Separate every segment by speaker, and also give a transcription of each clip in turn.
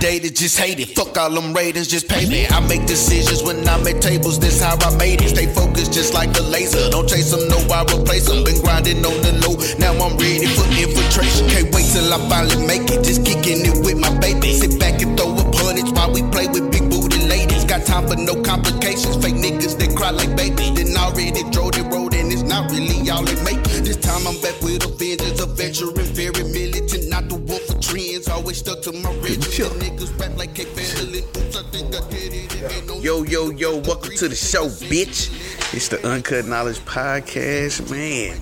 Speaker 1: dated, just hate it. Fuck all them ratings, just pay me. I make decisions when I'm at tables, this how I made it. Stay focused just like a laser. Don't chase them, no, I replace them. Been grinding on the low, now I'm ready for infiltration. Can't wait till I finally make it. Just kicking it with my baby. Sit back and throw up hundreds while we play with big booty ladies. Got time for no complications. Fake niggas that cry like baby. Then already drove the road and it's not really all it make. This time I'm back with a vengeance, a veteran, very militant, not the wolf of trends. Always stuck to my riches.
Speaker 2: Chill.
Speaker 1: Niggas rap like K. Fallon. Oops, I think I did it. It ain't no-
Speaker 2: Yo, yo, yo, welcome to the show, bitch. It's the Uncut Knowledge Podcast, man.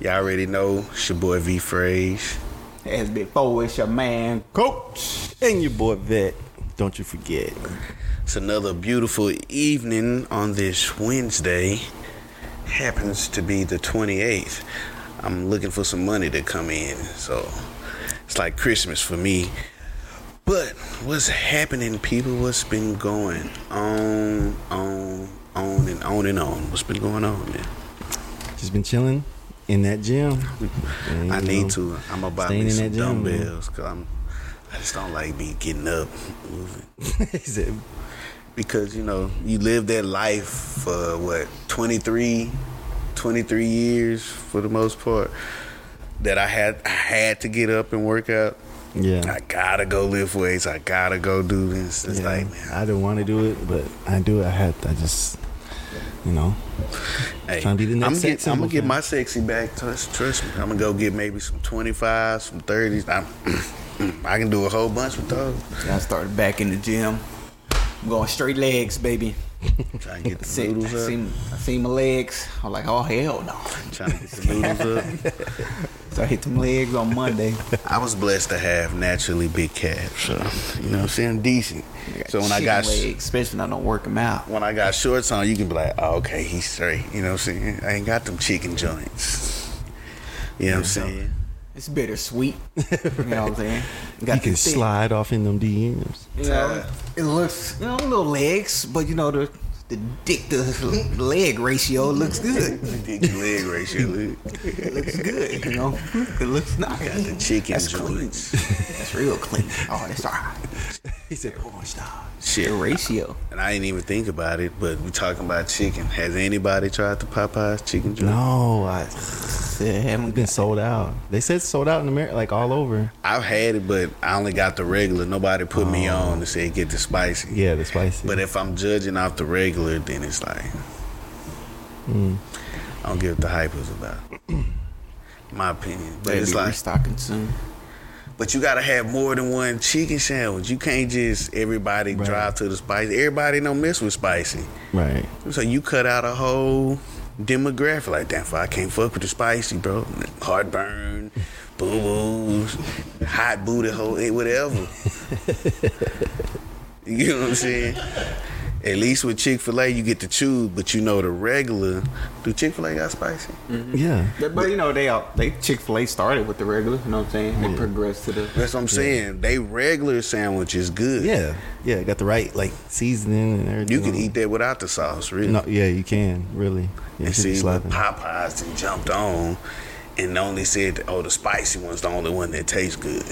Speaker 2: Y'all already know, it's your boy V Phrase.
Speaker 3: As before, it's your man, Coach.
Speaker 4: And your boy Vet, don't you forget.
Speaker 2: It's another beautiful evening on this Wednesday. Happens to be the 28th. I'm looking for some money to come in, so it's like Christmas for me. But what's happening, people? What's been going on, on, on, and on and on? What's been going on, man?
Speaker 4: Just been chilling in that gym. And,
Speaker 2: I
Speaker 4: you
Speaker 2: need
Speaker 4: know,
Speaker 2: to. I'm about to
Speaker 4: staying
Speaker 2: me
Speaker 4: in
Speaker 2: some
Speaker 4: that gym, man.
Speaker 2: dumbbells because I'm. I just don't like be getting up, moving
Speaker 4: He said,
Speaker 2: because you know you live that life for what 23, 23 years for the most part. That I had I had to get up and work out.
Speaker 4: yeah.
Speaker 2: I gotta go lift weights. I gotta go do this. It's
Speaker 4: yeah.
Speaker 2: like, man,
Speaker 4: I didn't want to do it, but I do. I had. I just, you know,
Speaker 2: hey,
Speaker 4: Tryna be the next
Speaker 2: I'm,
Speaker 4: sex
Speaker 2: get, I'm
Speaker 4: symbol,
Speaker 2: gonna get
Speaker 4: fam.
Speaker 2: my sexy back. Trust, trust me. I'm gonna go get maybe some 25s, some 30s. I'm, I can do a whole bunch with those.
Speaker 3: I started back in the gym. I'm going straight legs, baby.
Speaker 2: Try and get
Speaker 3: I
Speaker 2: the
Speaker 3: see, I
Speaker 2: noodles up.
Speaker 3: seen, I seen my legs. I'm like, oh hell no.
Speaker 2: Trying to get the noodles up.
Speaker 3: So I hit them legs on Monday.
Speaker 2: I was blessed to have naturally big calves, so you know what I'm saying, decent. So when I
Speaker 3: Chicken
Speaker 2: got
Speaker 3: legs, especially when I don't work them out.
Speaker 2: when I got shorts on, you can be like, oh, okay, he's straight. You know what I'm saying? I ain't got them chicken joints. You know what I'm saying?
Speaker 3: It's bittersweet. you know what I'm saying? Got
Speaker 4: you can
Speaker 3: the thick-
Speaker 4: slide off in them DMs.
Speaker 3: You know, it looks you know little legs, but you know the the dick to leg ratio looks good.
Speaker 2: Dick to leg ratio. look.
Speaker 3: It looks good. You know, it looks nice.
Speaker 2: Got the chicken
Speaker 3: That's
Speaker 2: joints.
Speaker 3: clean. That's real clean. Oh, that's all right.
Speaker 4: He said, porn star.
Speaker 3: The
Speaker 2: Shit.
Speaker 3: ratio.
Speaker 2: And I didn't even think about it, but we talking about chicken. Has anybody tried the Popeyes chicken joint?
Speaker 4: No, I
Speaker 3: Said, haven't
Speaker 4: have been sold out. They said sold out in America, like all over.
Speaker 2: I've had it, but I only got the regular. Nobody put me on to say get the spicy.
Speaker 4: Yeah, the spicy.
Speaker 2: But if I'm judging off the regular, then it's like I don't give the hype was about. My opinion, but
Speaker 3: They'll
Speaker 2: it's
Speaker 3: be
Speaker 2: like,
Speaker 3: restocking soon.
Speaker 2: but you gotta have more than one chicken sandwich. You can't just everybody
Speaker 4: Right.
Speaker 2: drive to the spicy. Everybody don't mess with spicy,
Speaker 4: right.
Speaker 2: so you cut out a whole demographic like that. For I can't fuck with the spicy, bro. Heartburn, boo boos, hot booty hole, eh, whatever. You know what I'm saying? At least with Chick Fil A, you get to choose, but you know the regular. Do Chick Fil A got spicy?
Speaker 4: Yeah.
Speaker 3: But, but, you know they all, they Chick Fil A started with the regular. You know what I'm saying? They progressed to the
Speaker 2: That's what I'm saying. They regular sandwich is good.
Speaker 4: Yeah. Yeah. Got the right like seasoning and everything.
Speaker 2: you can eat that without the sauce, really.
Speaker 4: No. Yeah, you can really. Yeah,
Speaker 2: and
Speaker 4: it should be
Speaker 2: see, but
Speaker 4: slapping.
Speaker 2: Popeyes and jumped on, and only said, "Oh, the spicy one's the only one that tastes good."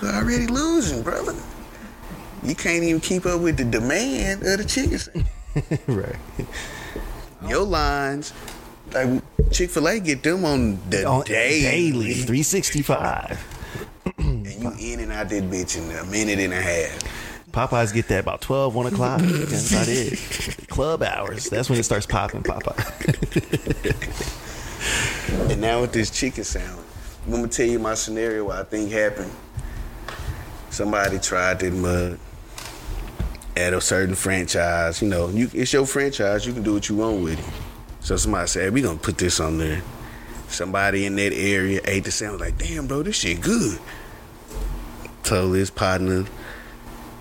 Speaker 2: you already losing, brother. You can't even keep up with the demand of the chicken. sandwich.
Speaker 4: right. Oh.
Speaker 2: Your lines, like Chick Fil A, get them on the
Speaker 4: On-
Speaker 2: daily.
Speaker 4: daily 365.
Speaker 2: and you in and out that bitch in a minute and a half.
Speaker 4: Popeyes get that about 12, 1 o'clock. That's about it. Club hours. That's when it starts popping, Popeye.
Speaker 2: And now with this chicken sandwich, I'm gonna tell you my scenario. What I think happened. Somebody tried that mug at a certain franchise. You know, you, it's your franchise. You can do what you want with it. So somebody said, "We gonna put this on there." Somebody in that area ate the sandwich. Like, damn, bro, this shit good. Told his partner.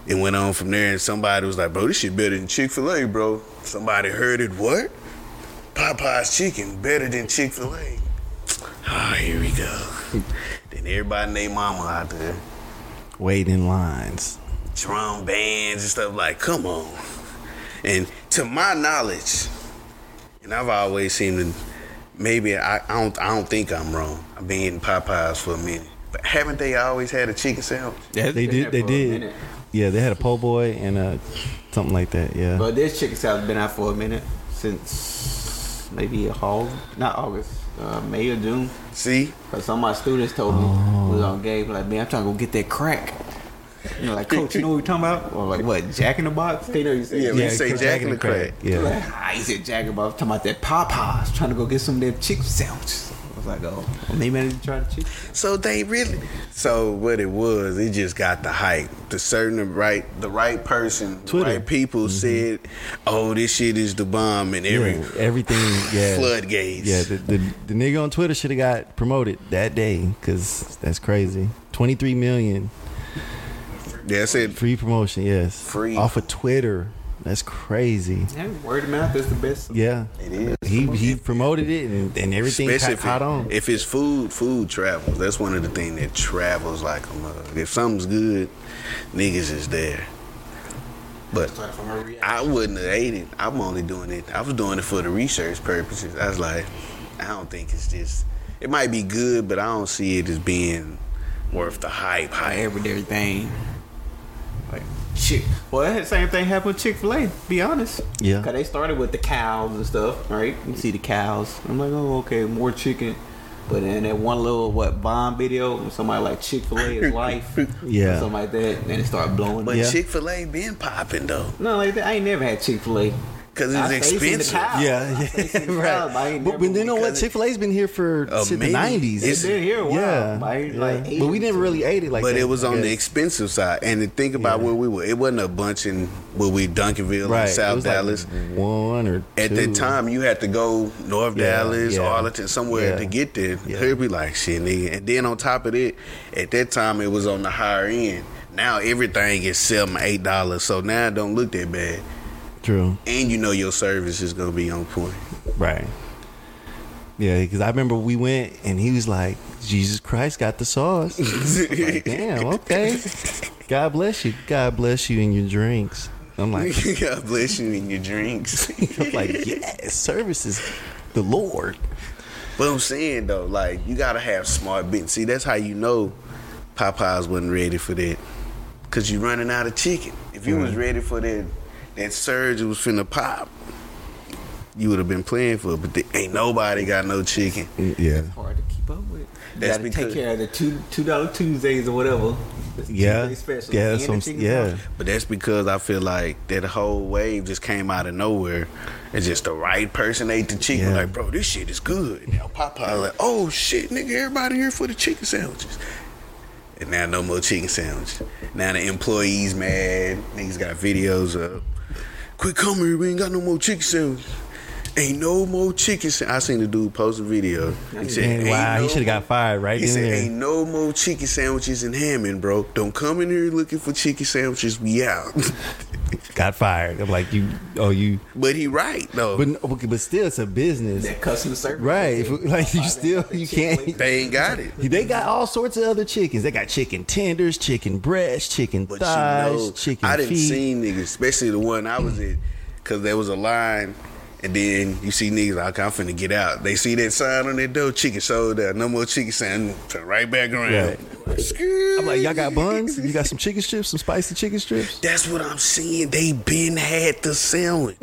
Speaker 2: It went on from there, and somebody was like, "Bro, this shit better than Chick Fil A, bro." Somebody heard it. What? Popeye's chicken better than Chick Fil A. Ah, here we go. then everybody and their mama out there,
Speaker 4: Waiting in lines.
Speaker 2: drum bands and stuff like, come on. And to my knowledge, and I've always seen, to, maybe I, I don't, I don't think I'm wrong. I've been eating Popeyes for a minute, haven't they always had a chicken sandwich?
Speaker 4: They did. They did. Yeah, they had a po' boy and uh, something like that. Yeah.
Speaker 5: But this chicken salad's been out for a minute since maybe a whole, not August, uh, May or June.
Speaker 2: See,
Speaker 5: Cause some of my students told me was
Speaker 2: Oh.
Speaker 5: on game like, man, I'm trying to go get that crack. You know, like, coach, you know what we're talking about? Or like, what, Jack in the Box? They know you say
Speaker 2: Yeah, we say
Speaker 4: Jack
Speaker 2: Jack
Speaker 4: and
Speaker 2: in the crack.
Speaker 4: Yeah.
Speaker 5: Like, ah, he said Jack in the Box. I'm talking about that Popeyes. Trying to go get some of them chicken sandwiches. I was like, oh, well, maybe I need to try the chicken.
Speaker 2: So they really. So what it was, it just got the hype. The certain right, the right person,
Speaker 4: Twitter. Mm-hmm.
Speaker 2: the right people said, "Oh, this shit is the bomb," and every
Speaker 4: Yeah, everything. Yeah.
Speaker 2: floodgates.
Speaker 4: Yeah, the, the, the nigga on Twitter should have got promoted that day because that's crazy. 23 million
Speaker 2: that's it.
Speaker 4: free promotion, yes.
Speaker 2: Free.
Speaker 4: Off of Twitter. That's crazy.
Speaker 5: Yeah, word of mouth is the best.
Speaker 4: Yeah.
Speaker 2: It is.
Speaker 4: He, he promoted it and, and everything
Speaker 2: Especially
Speaker 4: caught,
Speaker 2: if,
Speaker 4: caught
Speaker 2: it-
Speaker 4: on.
Speaker 2: if it's food, food travels. That's one of the things that travels like a mug. If something's good, niggas is there. But
Speaker 5: From a reaction.
Speaker 2: I wouldn't have ate it. I'm only doing it. I was doing it for the research purposes. I was like, I don't think it's just. It might be good, but I don't see it as being worth the hype.
Speaker 5: Like,
Speaker 2: Hype.
Speaker 5: every everything. Like, Chick. Well, that same thing happened with Chick Fil A. Be honest.
Speaker 4: Yeah.
Speaker 5: Cause they started with the cows and stuff, right? You see the cows. I'm like, oh, okay, more chicken. But then that one little what bomb video, somebody like Chick Fil A is life, or
Speaker 4: Yeah.
Speaker 5: something like that, and it started blowing.
Speaker 2: But
Speaker 5: up.
Speaker 4: Yeah.
Speaker 2: Chick Fil A been popping though,
Speaker 5: no, like that, I ain't never had Chick Fil A.
Speaker 2: cause
Speaker 5: I
Speaker 2: it's
Speaker 5: say it's in the
Speaker 2: expensive.
Speaker 5: cow. I
Speaker 4: yeah,
Speaker 5: say it's
Speaker 4: yeah,
Speaker 5: in the cow, but I
Speaker 4: right.
Speaker 5: ain't
Speaker 4: But,
Speaker 5: never
Speaker 4: but you know
Speaker 5: because
Speaker 4: what?
Speaker 5: it-
Speaker 4: Chick Fil A's been here for
Speaker 2: A
Speaker 4: since the
Speaker 2: minute.
Speaker 4: nineties.
Speaker 2: It's
Speaker 5: been here a while,
Speaker 4: yeah,
Speaker 5: but I ain't, like,
Speaker 4: yeah.
Speaker 5: ate
Speaker 4: but we
Speaker 5: it
Speaker 4: never really ate it like
Speaker 2: but
Speaker 4: that.
Speaker 2: it was
Speaker 4: I
Speaker 2: on the
Speaker 4: guess.
Speaker 2: expensive side. And to think about where we were, it wasn't a bunch in where we Duncanville
Speaker 4: right.
Speaker 2: and
Speaker 4: it
Speaker 2: South
Speaker 4: was like
Speaker 2: Dallas.
Speaker 4: one or
Speaker 2: At
Speaker 4: two.
Speaker 2: that time, you had to go North
Speaker 4: Yeah,
Speaker 2: Dallas,
Speaker 4: yeah.
Speaker 2: Arlington, somewhere
Speaker 4: Yeah.
Speaker 2: to get there.
Speaker 4: Yeah.
Speaker 2: He'd be like, shit, nigga. And then on top of it, at that time, it was on the higher end. Now everything is seven, eight dollars. So now it don't look that bad.
Speaker 4: True.
Speaker 2: And you know your service is gonna be on point.
Speaker 4: Right. Yeah, because I remember we went and he was like, Jesus Christ got the sauce. I'm like, Damn, okay. God bless you. God bless you and your drinks. I'm like,
Speaker 2: God bless you and your drinks.
Speaker 4: I'm like, yes, service is the Lord.
Speaker 2: But I'm saying though, like you gotta have smart business. See, that's how you know Popeyes wasn't ready for that, cause you running out of chicken. If you was ready for that, that surge that was finna pop, you would have been playing for it. But there ain't nobody got no chicken.
Speaker 4: Yeah.
Speaker 5: hard to keep up with. You
Speaker 2: That's
Speaker 5: gotta
Speaker 2: because-
Speaker 5: take care of the two two dollar Tuesdays or whatever. It's
Speaker 4: Yeah.
Speaker 5: Tuesday special.
Speaker 4: Yeah,
Speaker 5: And
Speaker 4: that's
Speaker 5: the
Speaker 4: what I'm,
Speaker 5: chicken
Speaker 4: yeah.
Speaker 5: sandwich.
Speaker 2: But that's because I feel like that whole wave just came out of nowhere. It's just the right person ate the chicken.
Speaker 4: Yeah.
Speaker 2: Like, bro, this shit is good. Now Popeye like, oh shit, nigga, everybody here for the chicken sandwiches. And now no more chicken sandwiches. Now the employees mad. Niggas got videos up. Quit coming here, we ain't got no more chicken sandwiches. Ain't no more chicken sandwich. I seen the dude post a video. He said,
Speaker 4: Man,
Speaker 2: "Ain't
Speaker 4: wow, he
Speaker 2: no
Speaker 4: should have
Speaker 2: more-
Speaker 4: got fired right
Speaker 2: he
Speaker 4: in
Speaker 2: said,
Speaker 4: there.
Speaker 2: "Ain't no more chicken sandwiches in Hammond, bro. Don't come in here looking for chicken sandwiches. We out."
Speaker 4: Got fired. I'm like, you, oh, you,
Speaker 2: but he right though.
Speaker 4: but, okay, but still, it's a business.
Speaker 5: That customer service.
Speaker 4: Right. If- like, you still, you can't.
Speaker 2: they ain't got it.
Speaker 4: They got all sorts of other chickens. They got chicken tenders, chicken breasts, chicken
Speaker 2: But
Speaker 4: thighs,
Speaker 2: you know,
Speaker 4: chicken
Speaker 2: I didn't
Speaker 4: feet.
Speaker 2: see niggas, especially the one I was in, because there was a line, and then you see niggas like, "I'm finna get out." They see that sign on their door, chicken sold out, no more chicken sandwich. Turn right back around.
Speaker 4: Right.
Speaker 2: I'm
Speaker 4: I'm like, y'all got buns? You got some chicken strips, some spicy chicken strips?
Speaker 2: That's what I'm saying. They been had the sandwich.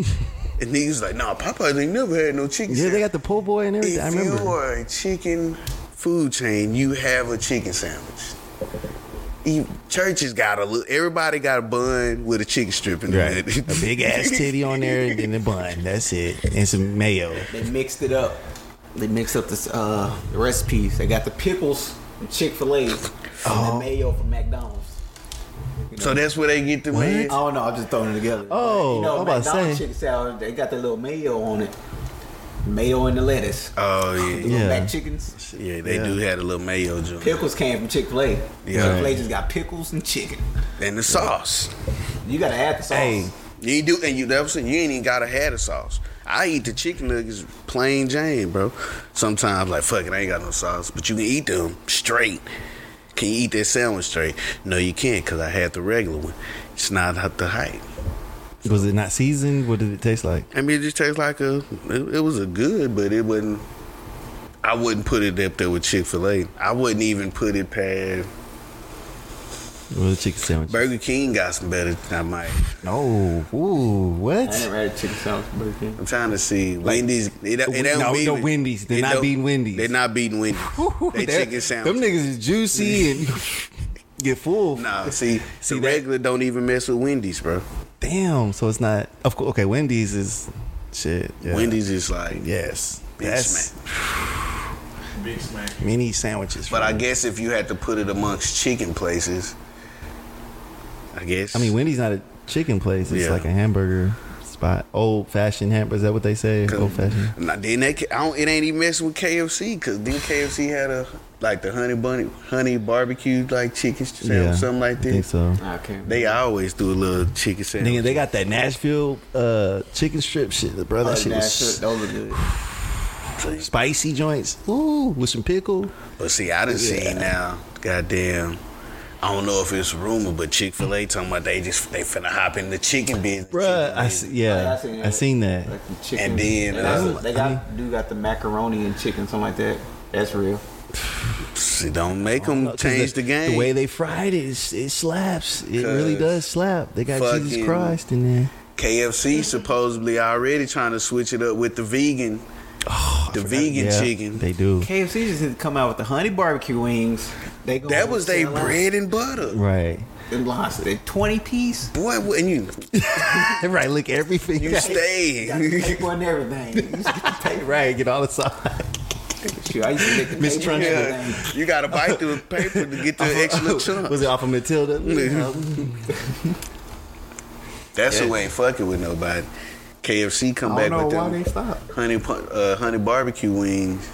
Speaker 2: And niggas like, nah, Popeyes ain't never had no chicken
Speaker 4: Yeah,
Speaker 2: sandwich.
Speaker 4: they got the po' boy and everything. I
Speaker 2: If you
Speaker 4: remember.
Speaker 2: are a chicken food chain, you have a chicken sandwich. You- Churches got a little. Everybody got a bun with a chicken strip in
Speaker 4: Right.
Speaker 2: it.
Speaker 4: a big ass titty on there and then a bun. That's it. And some mayo.
Speaker 5: They mixed it up. They mixed up this, uh, the recipes. They got the pickles from Chick Fil A
Speaker 4: Oh.
Speaker 5: and the mayo from McDonald's.
Speaker 2: so that's where they get the
Speaker 5: I
Speaker 2: man.
Speaker 5: don't know. I'm just throwing it together.
Speaker 4: Oh,
Speaker 5: you know,
Speaker 4: I'm about to
Speaker 5: McDonald's
Speaker 4: say.
Speaker 5: chicken salad. They got that little mayo on it. Mayo and the lettuce.
Speaker 2: Oh yeah,
Speaker 5: Little
Speaker 4: Yeah.
Speaker 5: Mac chickens.
Speaker 2: yeah. They
Speaker 4: Yeah.
Speaker 2: do have a little mayo joint
Speaker 5: Pickles came from Chick Fil A. Chick Fil A
Speaker 2: Right.
Speaker 5: just got pickles and chicken.
Speaker 2: and the sauce.
Speaker 5: You gotta add the sauce.
Speaker 4: Hey.
Speaker 2: You do, and you that's what I'm saying, you ain't even gotta have the sauce. I eat the chicken nuggets plain Jane, bro. Sometimes like fuck it, I ain't got no sauce, but you can eat them straight. Can you eat that sandwich straight? No, you can't, cause I had the regular one. It's not at the height.
Speaker 4: Was it not seasoned? What did it taste like?
Speaker 2: I mean, it just tastes like a. It, it was a good, but it wasn't. I wouldn't put it up there with Chick Fil A. I wouldn't even put it past
Speaker 4: Well, the chicken sandwich.
Speaker 2: Burger King. Got some better. than I might.
Speaker 4: No. Ooh,
Speaker 5: I
Speaker 4: what?
Speaker 5: never had a chicken sandwich from Burger King.
Speaker 2: I'm trying to see Wendy's. It, it
Speaker 4: Wen-
Speaker 2: don't
Speaker 4: no,
Speaker 2: beat
Speaker 4: no,
Speaker 2: it.
Speaker 4: Wendy's. They're
Speaker 2: It
Speaker 4: not
Speaker 2: don't-
Speaker 4: beating Wendy's.
Speaker 2: They're not beating Wendy's. they
Speaker 4: That-
Speaker 2: chicken sandwich.
Speaker 4: Them niggas is juicy and get full.
Speaker 2: Nah, see,
Speaker 4: See
Speaker 2: the
Speaker 4: that-
Speaker 2: regular don't even mess with Wendy's, bro.
Speaker 4: Damn. So it's not. Of course. Okay. Wendy's is shit. yeah.
Speaker 2: Wendy's is like,
Speaker 4: Yes.
Speaker 2: Big
Speaker 4: That's
Speaker 6: Big smack.
Speaker 4: many sandwiches.
Speaker 2: But I
Speaker 4: right?
Speaker 2: guess if you had to put it amongst chicken places, I guess.
Speaker 4: I mean, Wendy's not a chicken place. It's
Speaker 2: Yeah.
Speaker 4: like a hamburger spot. Old fashioned hamburger. Is that what they say? Old fashioned.
Speaker 2: Nah, then that ca- I don't, it ain't even messing with KFC because then KFC had a like the honey bunny, honey barbecue like chicken sandwich, something like
Speaker 4: I think
Speaker 2: that.
Speaker 4: so.
Speaker 5: I can't.
Speaker 2: They always do a little chicken sandwich.
Speaker 4: Nigga, they got that Nashville uh, chicken strip shit, bro.
Speaker 2: Oh,
Speaker 4: That
Speaker 5: Like
Speaker 4: shit
Speaker 5: that
Speaker 4: was
Speaker 5: shit, those are good.
Speaker 4: spicy joints. Ooh, with some pickle.
Speaker 2: But see, I done seen now, goddamn. I don't know if it's a rumor, but Chick Fil A talking about they just they finna hop in the chicken Oh, business.
Speaker 4: Bruh, I see, yeah, I seen that.
Speaker 5: Like the chicken.
Speaker 2: And then,
Speaker 5: they, also-
Speaker 2: uh,
Speaker 5: they got do got the macaroni and chicken, something like that. That's real.
Speaker 2: See, don't make them
Speaker 4: 'Cause
Speaker 2: change the, game.
Speaker 4: The way they fried it, it's- it slaps. It really does
Speaker 2: Cause
Speaker 4: slap. They got Jesus
Speaker 2: fucking-
Speaker 4: Christ in there.
Speaker 2: KFC supposedly already trying to switch it up with the vegan, the vegan
Speaker 4: Oh, Yeah,
Speaker 2: chicken.
Speaker 4: They do.
Speaker 5: KFC just had to come out with the honey barbecue wings. They go
Speaker 2: that was they
Speaker 5: sell out.
Speaker 2: bread and butter.
Speaker 4: Right.
Speaker 5: Them lost it. Twenty piece.
Speaker 2: Boy, wouldn't you
Speaker 4: Right, look everything.
Speaker 2: you
Speaker 5: You
Speaker 2: stay?
Speaker 5: got paper and everything. You got paper.
Speaker 4: Right, get all the side.
Speaker 5: Shoot, I used to get the
Speaker 4: Miss
Speaker 5: paper
Speaker 4: Trunchbull.
Speaker 5: and everything.
Speaker 2: Yeah, you gotta bite through the paper to get the extra chunk.
Speaker 4: Oh, Was it off of Matilda?
Speaker 2: That's who ain't fucking with nobody. KFC come
Speaker 5: I
Speaker 2: back
Speaker 5: don't know
Speaker 2: with
Speaker 5: why they
Speaker 2: them
Speaker 5: stopped.
Speaker 2: honey pu- uh, honey barbecue wings.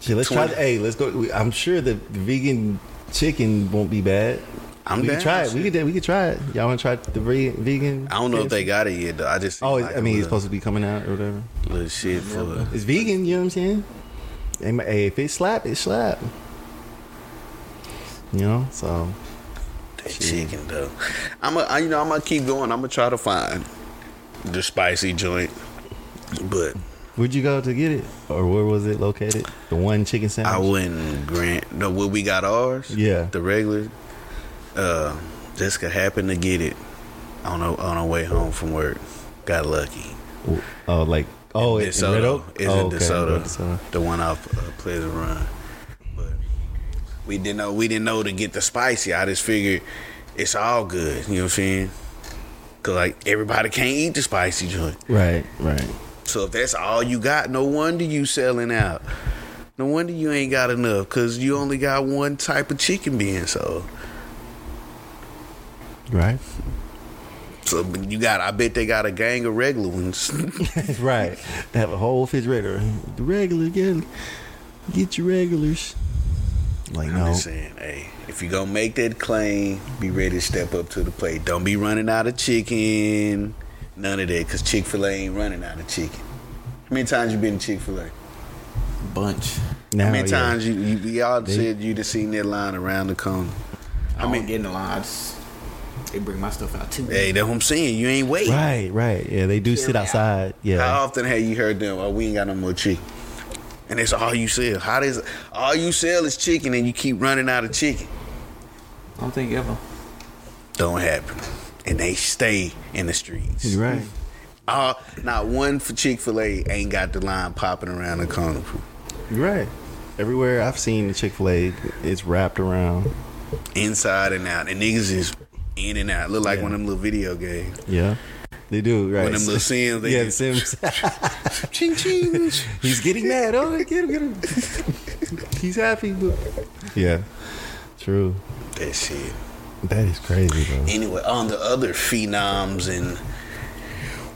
Speaker 4: Shit, let's try.
Speaker 2: 20.
Speaker 4: Hey, let's go. we- I'm sure the vegan chicken won't be bad.
Speaker 2: I'm
Speaker 4: we can
Speaker 2: down,
Speaker 4: try it. We
Speaker 2: shit.
Speaker 4: could. We could try it. Y'all want to try the ve- vegan?
Speaker 2: I don't know if they got it yet though. I just
Speaker 4: Oh,
Speaker 2: seen, like,
Speaker 4: I
Speaker 2: a
Speaker 4: mean, it's
Speaker 2: little,
Speaker 4: supposed to be coming out or whatever.
Speaker 2: little shit for
Speaker 4: It's vegan. You know what I'm saying? They might- Hey, if it slap, it slap. You know, so
Speaker 2: that chicken though. I'm a, I, you know I'm gonna keep going. I'm gonna try to find the spicy joint, but
Speaker 4: where'd you go to get it, or where was it located? The one chicken
Speaker 2: I
Speaker 4: sandwich.
Speaker 2: wouldn't grant the what we got ours.
Speaker 4: Yeah.
Speaker 2: the regular. Uh, Jessica happened to get it on her, on her way home from work. Got lucky.
Speaker 4: oh, like oh, it's in Red Oak.
Speaker 2: Is
Speaker 4: oh,
Speaker 2: it
Speaker 4: okay,
Speaker 2: DeSoto?
Speaker 4: DeSoto.
Speaker 2: The one off uh, Pleasant Run. But we didn't know we didn't know to get the spicy. I just figured it's all good. You know what I'm saying? Cause like everybody can't eat the spicy joint.
Speaker 4: Right, right.
Speaker 2: So if that's all you got, no wonder you selling out. No wonder you ain't got enough, cause you only got one type of chicken being sold.
Speaker 4: Right,
Speaker 2: So you got, I bet they got a gang of regular ones.
Speaker 4: right. They have a whole refrigerator. The regular, get, get your regulars. Like
Speaker 2: I'm
Speaker 4: no,
Speaker 2: just saying, hey, if you gonna make that claim, be ready to step up to the plate. Don't be running out of chicken, none of that, cause Chick Fil A ain't running out of chicken. How many times you been to Chick Fil A?
Speaker 5: Bunch.
Speaker 4: now,
Speaker 2: How many
Speaker 4: yeah.
Speaker 2: times you, you y'all said you would seen that line around the corner?
Speaker 5: I, mean, getting a lot. I just- They bring my stuff out too.
Speaker 2: Hey, that's what I'm saying. You ain't waiting.
Speaker 4: Right, right. Yeah, they do sit outside.
Speaker 2: How
Speaker 4: Yeah.
Speaker 2: often have you heard them? Oh, we ain't got no more chicken. And that's all you sell. How does all you sell is chicken, and you keep running out of chicken?
Speaker 5: I don't think ever.
Speaker 2: Don't happen. And they stay in the streets.
Speaker 4: You're right.
Speaker 2: Uh, not one for Chick Fil A ain't got the line popping around the corner.
Speaker 4: You're right. Everywhere I've seen the Chick Fil A, it's wrapped around.
Speaker 2: inside and out, and niggas is in and out. Look like one of them little video games.
Speaker 4: Yeah, they do. Right.
Speaker 2: One of them little Sims. They
Speaker 4: yeah,
Speaker 2: yeah,
Speaker 4: the Sims. He's getting mad. Oh, get him, get him. He's happy, but yeah, true.
Speaker 2: that shit.
Speaker 4: That is crazy, bro.
Speaker 2: Anyway, on the other phenoms and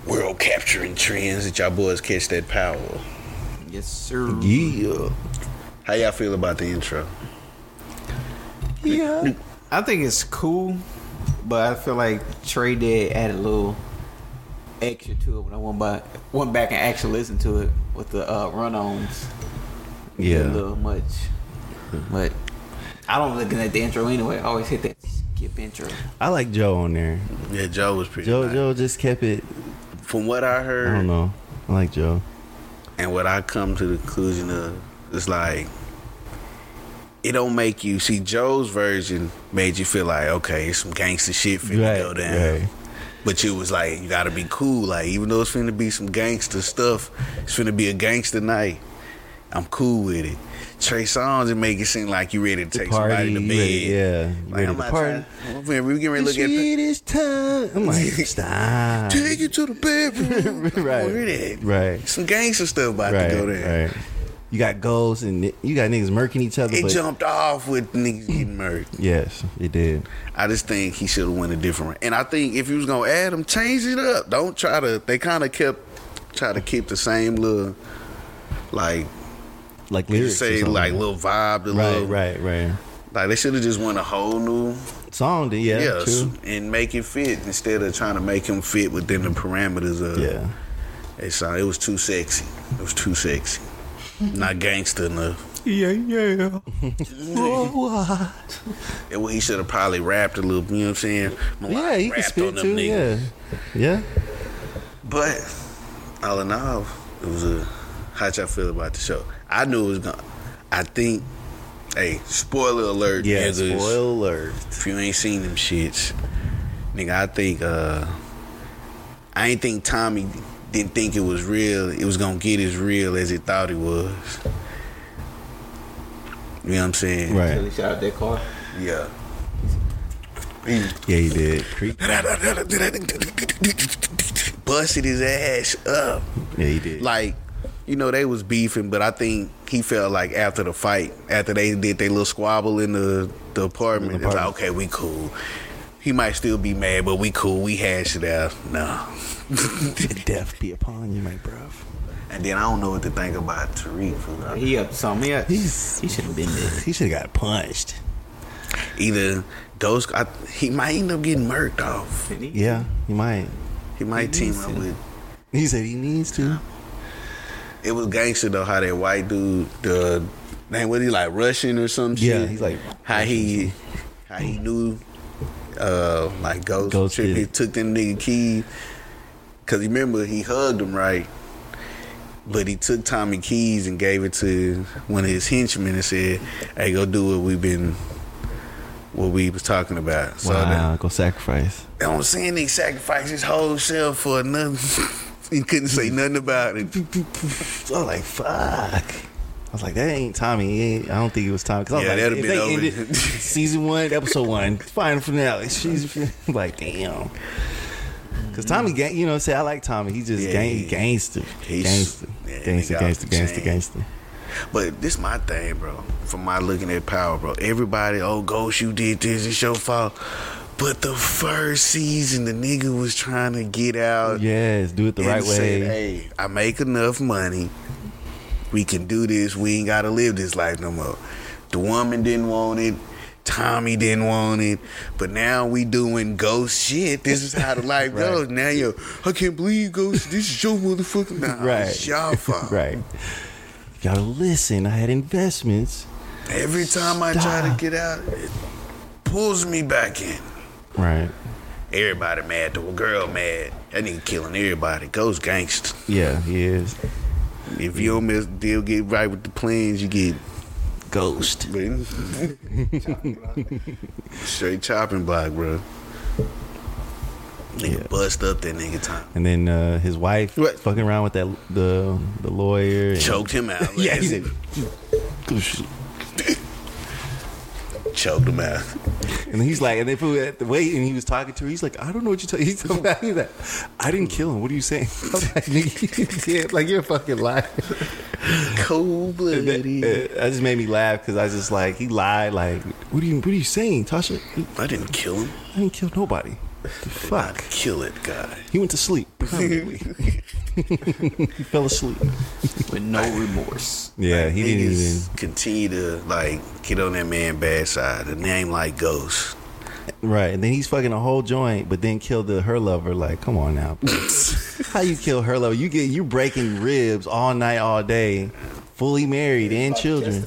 Speaker 2: world capturing trends that y'all boys catch that power.
Speaker 5: Yes, sir.
Speaker 4: Yeah.
Speaker 2: How y'all feel about the intro?
Speaker 5: Yeah. I think it's cool, but I feel like Trey did add a little extra to it when I went by, went back and actually listened to it with the uh, run-ons. a
Speaker 4: Yeah.
Speaker 5: little much, but I don't look at the intro anyway. I always hit that skip intro.
Speaker 4: I like Joe on there.
Speaker 2: Yeah, Joe was pretty.
Speaker 4: Joe,
Speaker 2: nice.
Speaker 4: Joe just kept it.
Speaker 2: From what I
Speaker 4: I don't
Speaker 2: heard
Speaker 4: know. I like Joe.
Speaker 2: and what I come to the conclusion of, It's like it don't make you see Joe's version made you feel like okay, it's some gangster shit finna
Speaker 4: Right,
Speaker 2: go down.
Speaker 4: right.
Speaker 2: But you was like, you gotta be cool. Like even though it's finna be some gangster stuff, it's finna be a gangster night. I'm cool with it. Trey Songz and make it seem like you ready to take somebody to bed.
Speaker 4: you ready- yeah, you
Speaker 2: Like
Speaker 4: ready
Speaker 2: I'm
Speaker 4: to
Speaker 2: not
Speaker 4: party.
Speaker 2: trying. We we getting ready to look at.
Speaker 4: Shit is time. I'm like, stop.
Speaker 2: Take you to the bedroom.
Speaker 4: Right.
Speaker 2: Don't hear that.
Speaker 4: Right.
Speaker 2: Some gangster stuff about
Speaker 4: right,
Speaker 2: to go there.
Speaker 4: right. You got ghosts and ni- you got niggas murking each other.
Speaker 2: It
Speaker 4: but
Speaker 2: jumped off with niggas getting murdered.
Speaker 4: yes, it did.
Speaker 2: I just think he should have went a different route. And I think if you was gonna add him, change it up. Don't try to. They kind of kept try to keep the same little, like
Speaker 4: Like
Speaker 2: you
Speaker 4: lyrics. or
Speaker 2: say,
Speaker 4: something.
Speaker 2: like little vibe. The
Speaker 4: right,
Speaker 2: little,
Speaker 4: right, right.
Speaker 2: Like they should have just went a whole new,
Speaker 4: Song. then, Yeah,
Speaker 2: yeah,
Speaker 4: true.
Speaker 2: and make it fit instead of trying to make him fit within the parameters of
Speaker 4: Yeah.
Speaker 2: It's uh, it was too sexy. It was too sexy. Not gangster enough.
Speaker 5: Yeah, yeah.
Speaker 2: And well, he should have probably rapped a little. You know what I'm saying? Malak
Speaker 4: Yeah, you can
Speaker 2: rapped on
Speaker 4: spit
Speaker 2: them
Speaker 4: too.
Speaker 2: niggas.
Speaker 4: Yeah, yeah.
Speaker 2: But all in all, it was a how y'all feel about the show? I knew it was gonna. I think. Hey, spoiler alert, niggas.
Speaker 4: Spoiler.
Speaker 2: If you ain't seen them shits, nigga, I think. uh I ain't think Tommy didn't think it was real. It was gonna get as real as it thought it was. You know what I'm saying?
Speaker 5: Till
Speaker 4: Right.
Speaker 5: he shot that car.
Speaker 2: Yeah.
Speaker 4: Yeah, you did. Creep.
Speaker 2: Busted his ass up.
Speaker 4: Yeah, you did.
Speaker 2: Like, you know, they was beefing, but I think he felt like after the fight, after they did their little squabble in the, the apartment,
Speaker 4: In the
Speaker 2: it's like,
Speaker 4: apartment.
Speaker 2: okay, we cool. He might still be mad, but we cool. We hashed it out. Nah.
Speaker 4: death be upon you, my bruv.
Speaker 2: And then I don't know what to think about Tariq. fool.
Speaker 5: He up to something. Yeah,
Speaker 4: He's-
Speaker 5: he should have been there.
Speaker 4: He should have got punched.
Speaker 2: Either those, I, he might end up getting murked off.
Speaker 5: Didn't he?
Speaker 4: Yeah, he might.
Speaker 2: He might team up with
Speaker 4: He said he needs to.
Speaker 2: It was gangster though how that white dude the man what he like Russian or some
Speaker 4: Yeah,
Speaker 2: shit.
Speaker 4: he's like-
Speaker 2: how he how he knew uh like Ghost,
Speaker 4: Ghost
Speaker 2: Trip
Speaker 4: did
Speaker 2: he
Speaker 4: it.
Speaker 2: took them nigga keys cause you remember he hugged him right but he took Tommy Keys and gave it to one of his henchmen and said, Hey go do what we've been what we was talking about. So that-
Speaker 4: Wow, go sacrifice.
Speaker 2: you know what I'm saying? They sacrificed his whole self for nothing. he couldn't say nothing about it.
Speaker 4: Oh So I was like, fuck. I was like, that ain't Tommy. He ain't- I don't think it was Tommy. 'Cause I was
Speaker 2: Yeah,
Speaker 4: like,
Speaker 2: that'd
Speaker 4: if
Speaker 2: been
Speaker 4: they
Speaker 2: over.
Speaker 4: ended season one, episode one, final finale. She's like, damn. Cause Tommy, gang, you know, what I'm saying I like Tommy. He just
Speaker 2: Mm-hmm. Yeah,
Speaker 4: gang,
Speaker 2: he-
Speaker 4: gangster,
Speaker 2: he's-
Speaker 4: gangster,
Speaker 2: yeah,
Speaker 4: gangster,
Speaker 2: nigga,
Speaker 4: gangster,
Speaker 2: off the
Speaker 4: gangster,
Speaker 2: chain.
Speaker 4: gangster.
Speaker 2: But this my thing, bro. From my looking at power, bro. Everybody, oh Ghost, you did this, it's your fault. But the first season, the nigga was trying to get out
Speaker 4: Yes, do it the
Speaker 2: and
Speaker 4: right
Speaker 2: said,
Speaker 4: way.
Speaker 2: hey, I make enough money. We can do this. We ain't gotta live this life no more. The woman didn't want it. Tommy didn't want it. But now we doing ghost shit. This is how the life
Speaker 4: Right.
Speaker 2: goes. Now yo, I can't believe ghost. This is your motherfucking nah,
Speaker 4: Right.
Speaker 2: It's y'all fault.
Speaker 4: Right. Gotta listen. I had investments.
Speaker 2: Every time I try to
Speaker 4: Stop.
Speaker 2: get out, it pulls me back in.
Speaker 4: Right.
Speaker 2: Everybody mad. The girl mad. That nigga killing everybody. Ghost gangster.
Speaker 4: Yeah, he is.
Speaker 2: If you don't miss, deal get right with the plans, you get
Speaker 4: Ghost.
Speaker 2: Man. Straight chopping block, bro. Nigga
Speaker 4: Yeah.
Speaker 2: bust up that nigga time.
Speaker 4: And then uh, his wife
Speaker 2: Right.
Speaker 4: fucking around with that the the lawyer. And,
Speaker 2: Choked him out.
Speaker 4: Yeah,
Speaker 2: man.
Speaker 4: he said.
Speaker 2: choked him out.
Speaker 4: And he's like, and they put at the way, and he was talking to her. He's like, I don't know what you talking. He's talking about. He's like, I didn't kill him. What are you saying? I'm like, nigga, you did. Like you're fucking lying.
Speaker 2: Cold
Speaker 4: And that,
Speaker 2: blooded.
Speaker 4: uh, that just made me laugh because I was just like, he lied. Like, what are you? What are you saying, Tasha?
Speaker 2: I didn't kill him.
Speaker 4: I didn't kill nobody. The
Speaker 2: I'd
Speaker 4: fuck.
Speaker 2: kill it, guy.
Speaker 4: He went to sleep. Permanently. he fell asleep.
Speaker 5: With no remorse.
Speaker 4: Yeah,
Speaker 2: Like,
Speaker 4: he didn't even.
Speaker 2: niggas continue to like get on that man bad side. The name like Ghost.
Speaker 4: Right, and then he's fucking a whole joint, but then killed the, her lover. Like, come on now, how you kill her lover? You get you breaking ribs all night, all day, fully married and children.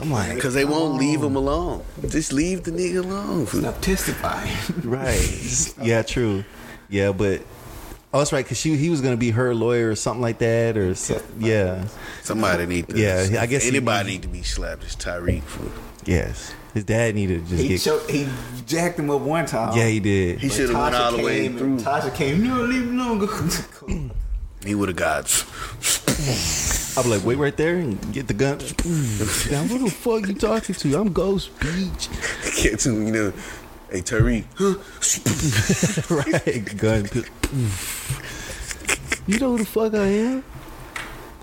Speaker 4: I'm like,
Speaker 2: Cause they won't leave him alone. Just leave the nigga alone. fool.
Speaker 5: Stop testifying.
Speaker 4: right? Yeah, true. Yeah, but Oh, that's right. Cause she he was gonna be her lawyer or something like that, or so, yeah,
Speaker 2: Somebody need to.
Speaker 4: Yeah, I guess he-
Speaker 2: anybody need to be slapped. It's Tyreek for.
Speaker 4: yes. His dad needed to just
Speaker 5: He
Speaker 4: get.
Speaker 5: cho- he jacked him up one time.
Speaker 4: yeah, he did.
Speaker 2: He
Speaker 5: But
Speaker 2: should have went
Speaker 5: Tasha
Speaker 2: all the way
Speaker 5: came and
Speaker 2: through.
Speaker 5: Tasha came. No, leave him alone. Go-
Speaker 2: He would have got.
Speaker 4: I'll be like, wait right there and get the gun. Now, who the fuck you talking to? I'm Ghost Beach.
Speaker 2: Get to you know. Hey Tyreek,
Speaker 4: right, gun. you know who the fuck I am?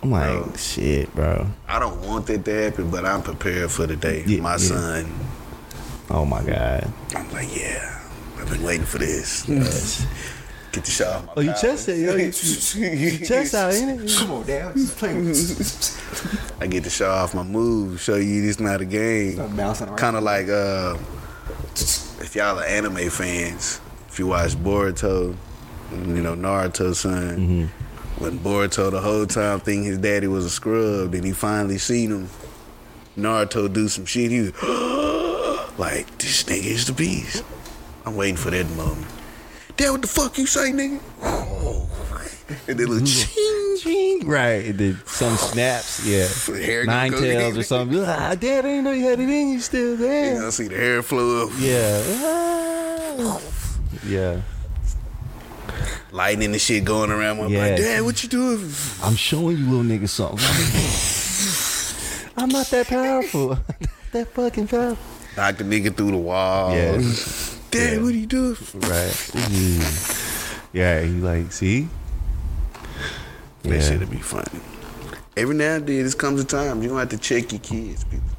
Speaker 4: I'm like, shit, bro.
Speaker 2: I don't want that to happen, but I'm prepared for the day.
Speaker 4: Yeah,
Speaker 2: My
Speaker 4: yeah.
Speaker 2: son,
Speaker 4: Oh my god.
Speaker 2: I'm like, yeah, I've been waiting for this. Get the shot. off my
Speaker 4: Oh, you
Speaker 2: back.
Speaker 4: chest it, yo. You chest out, ain't it?
Speaker 5: Come on, Dad. Just play with
Speaker 2: I get to show off my moves, show you this not a game.
Speaker 5: Start bouncing around.
Speaker 2: Kind of like uh, if y'all are anime fans, if you watch Boruto, you know Naruto's son. When Boruto the whole time think his daddy was a scrub, then he finally seen him. Naruto do some shit. He was like, "This nigga is the beast." I'm waiting for that moment. Dad, what the fuck you say, nigga? and then little ching, ching.
Speaker 4: Right, it did some snaps, yeah.
Speaker 2: Hair
Speaker 4: Nine
Speaker 2: go-
Speaker 4: tails or something. Ah, Dad, I didn't know you had it in you still
Speaker 2: And
Speaker 4: there.
Speaker 2: I see the hair flow up.
Speaker 4: Yeah. Ah. Yeah.
Speaker 2: lightning and shit going around. I'm
Speaker 4: Yeah.
Speaker 2: like, Dad, what you doing?
Speaker 4: I'm showing you little nigga something. I'm not that powerful. that fucking powerful.
Speaker 2: Knock the nigga through the wall.
Speaker 4: Yeah.
Speaker 2: Dad,
Speaker 4: Yeah.
Speaker 2: what are you doing?
Speaker 4: Oh, Right. Yeah, you like, see?
Speaker 2: That shit'll be funny. Every now and then, this comes a time you don't have to check your kids, people.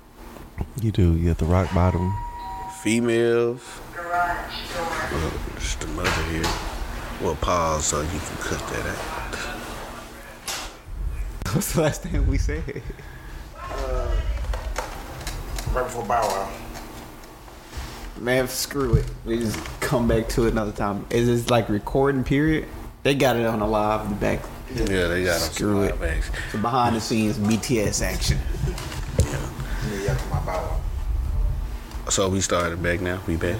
Speaker 4: You do. You at the rock bottom.
Speaker 2: Females. Garage door. Just the mother here. Well, pause so you can cut that out.
Speaker 5: What's the last thing we said?
Speaker 6: Right before Bow Wow.
Speaker 5: Man, screw it. We just come back to it another time. Is this like recording period? They got it on the live in the back.
Speaker 2: Yeah, they got them
Speaker 5: Screw it.
Speaker 2: Bags.
Speaker 5: The behind the scenes BTS action.
Speaker 6: Yeah, yeah, for my Bow Wow.
Speaker 2: So we started back now. We back.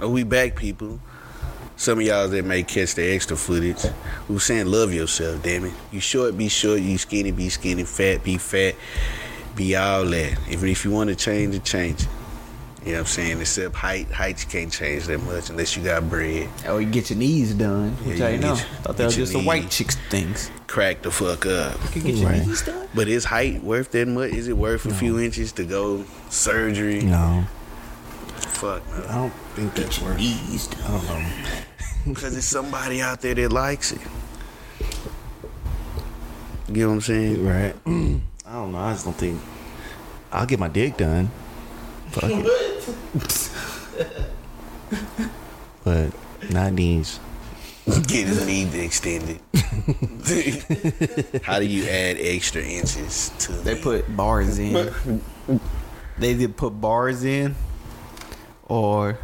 Speaker 2: Oh, we back, people. Some of y'all that may catch the extra footage, we were saying love yourself, damn it. You short, be short. You skinny, be skinny. Fat, be fat. Be all that. If, if you want to change it, change it. You know what I'm saying? Except height, height you can't change that much unless you got bread.
Speaker 5: Oh, you get your knees done, which
Speaker 2: Yeah,
Speaker 5: I
Speaker 2: you
Speaker 5: didn't know.
Speaker 2: get your-
Speaker 5: Thought that was
Speaker 2: get your
Speaker 5: just the white
Speaker 2: knees.
Speaker 5: chicks things.
Speaker 2: Crack the fuck up.
Speaker 5: You get your
Speaker 4: Right.
Speaker 5: knees done.
Speaker 2: But is height worth that much? Is it worth a few inches to go surgery?
Speaker 4: No.
Speaker 2: Fuck no.
Speaker 4: I don't think that's worth
Speaker 2: Eased.
Speaker 4: I don't know.
Speaker 2: Because it's somebody out there that likes it. You know what I'm saying?
Speaker 4: Right. I don't know. I just don't think. I'll get my dick done. Fuck it. but not knees.
Speaker 2: Get his need to extend it. How do you add extra inches to
Speaker 5: They
Speaker 2: me?
Speaker 5: put bars in. they either put bars in, or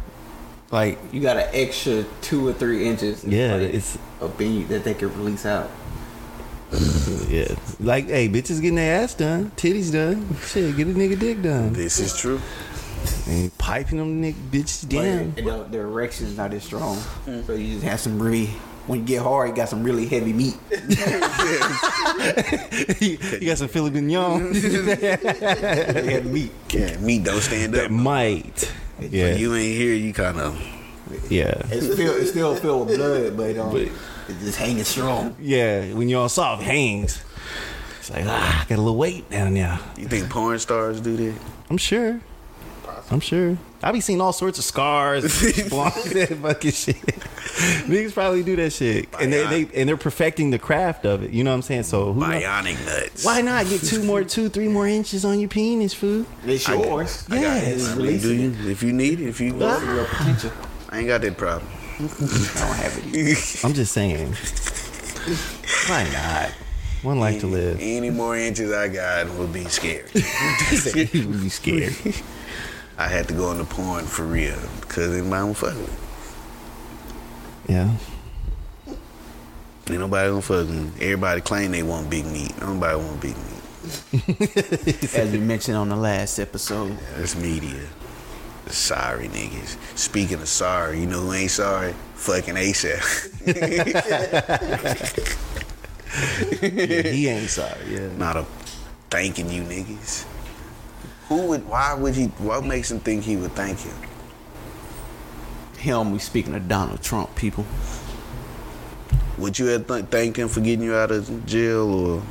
Speaker 5: like you got an extra two or three inches.
Speaker 4: Yeah,
Speaker 5: like,
Speaker 4: it's
Speaker 5: a bead that they could release out.
Speaker 4: yeah. Like, hey, bitches getting their ass done, titties done. Shit, get a nigga dick done.
Speaker 2: This is true.
Speaker 4: And piping them nick bitches down.
Speaker 5: Like, the, the erection's not as strong,
Speaker 2: Mm.
Speaker 5: so you just have some really. When you get hard, you got some really heavy meat.
Speaker 4: you got some Philip Mignon.
Speaker 5: Really heavy meat.
Speaker 2: Yeah, me don't stand up.
Speaker 4: Might.
Speaker 2: When
Speaker 4: Yeah.
Speaker 2: you ain't here, you kind of.
Speaker 4: Yeah.
Speaker 5: It's still it's still filled with blood, but um,
Speaker 4: But-
Speaker 5: it's just hanging strong.
Speaker 4: Yeah. When you're all soft hangs. It's like, ah, I got a little weight down there.
Speaker 2: You think porn stars do that?
Speaker 4: I'm sure. I'm sure. I be seeing all sorts of scars, blonde, that fucking shit. Niggas probably do that shit, and they, they and they're perfecting the craft of it. You know what I'm saying? So who knows?
Speaker 2: Bionic nuts.
Speaker 4: why not get two more, two, three more inches on your penis, food?
Speaker 5: It's yours.
Speaker 2: I got it.
Speaker 4: Yes.
Speaker 2: I mean, do you? If you need it, if you go,
Speaker 5: Your potential.
Speaker 2: I ain't got that problem.
Speaker 5: I don't have it.
Speaker 4: I'm just saying. Why not? One life to live.
Speaker 2: Any more inches I got will be scary.
Speaker 4: you would be scared.
Speaker 2: I had to go into porn for real because anybody don't fuck with me.
Speaker 4: Yeah.
Speaker 2: Ain't nobody gonna fuck with me. Everybody claim they want big meat. Nobody want big meat.
Speaker 5: As we mentioned on the last episode,
Speaker 2: That's media. Sorry, niggas. Speaking of sorry, you know who ain't sorry? Fucking ASAP.
Speaker 4: Yeah, he ain't sorry. Yeah.
Speaker 2: Not a thanking you, niggas. Who would? Why would he? What makes him think he would thank you?
Speaker 5: Him, we speaking of Donald Trump, people.
Speaker 2: Would you have th- thank him for getting you out of jail or?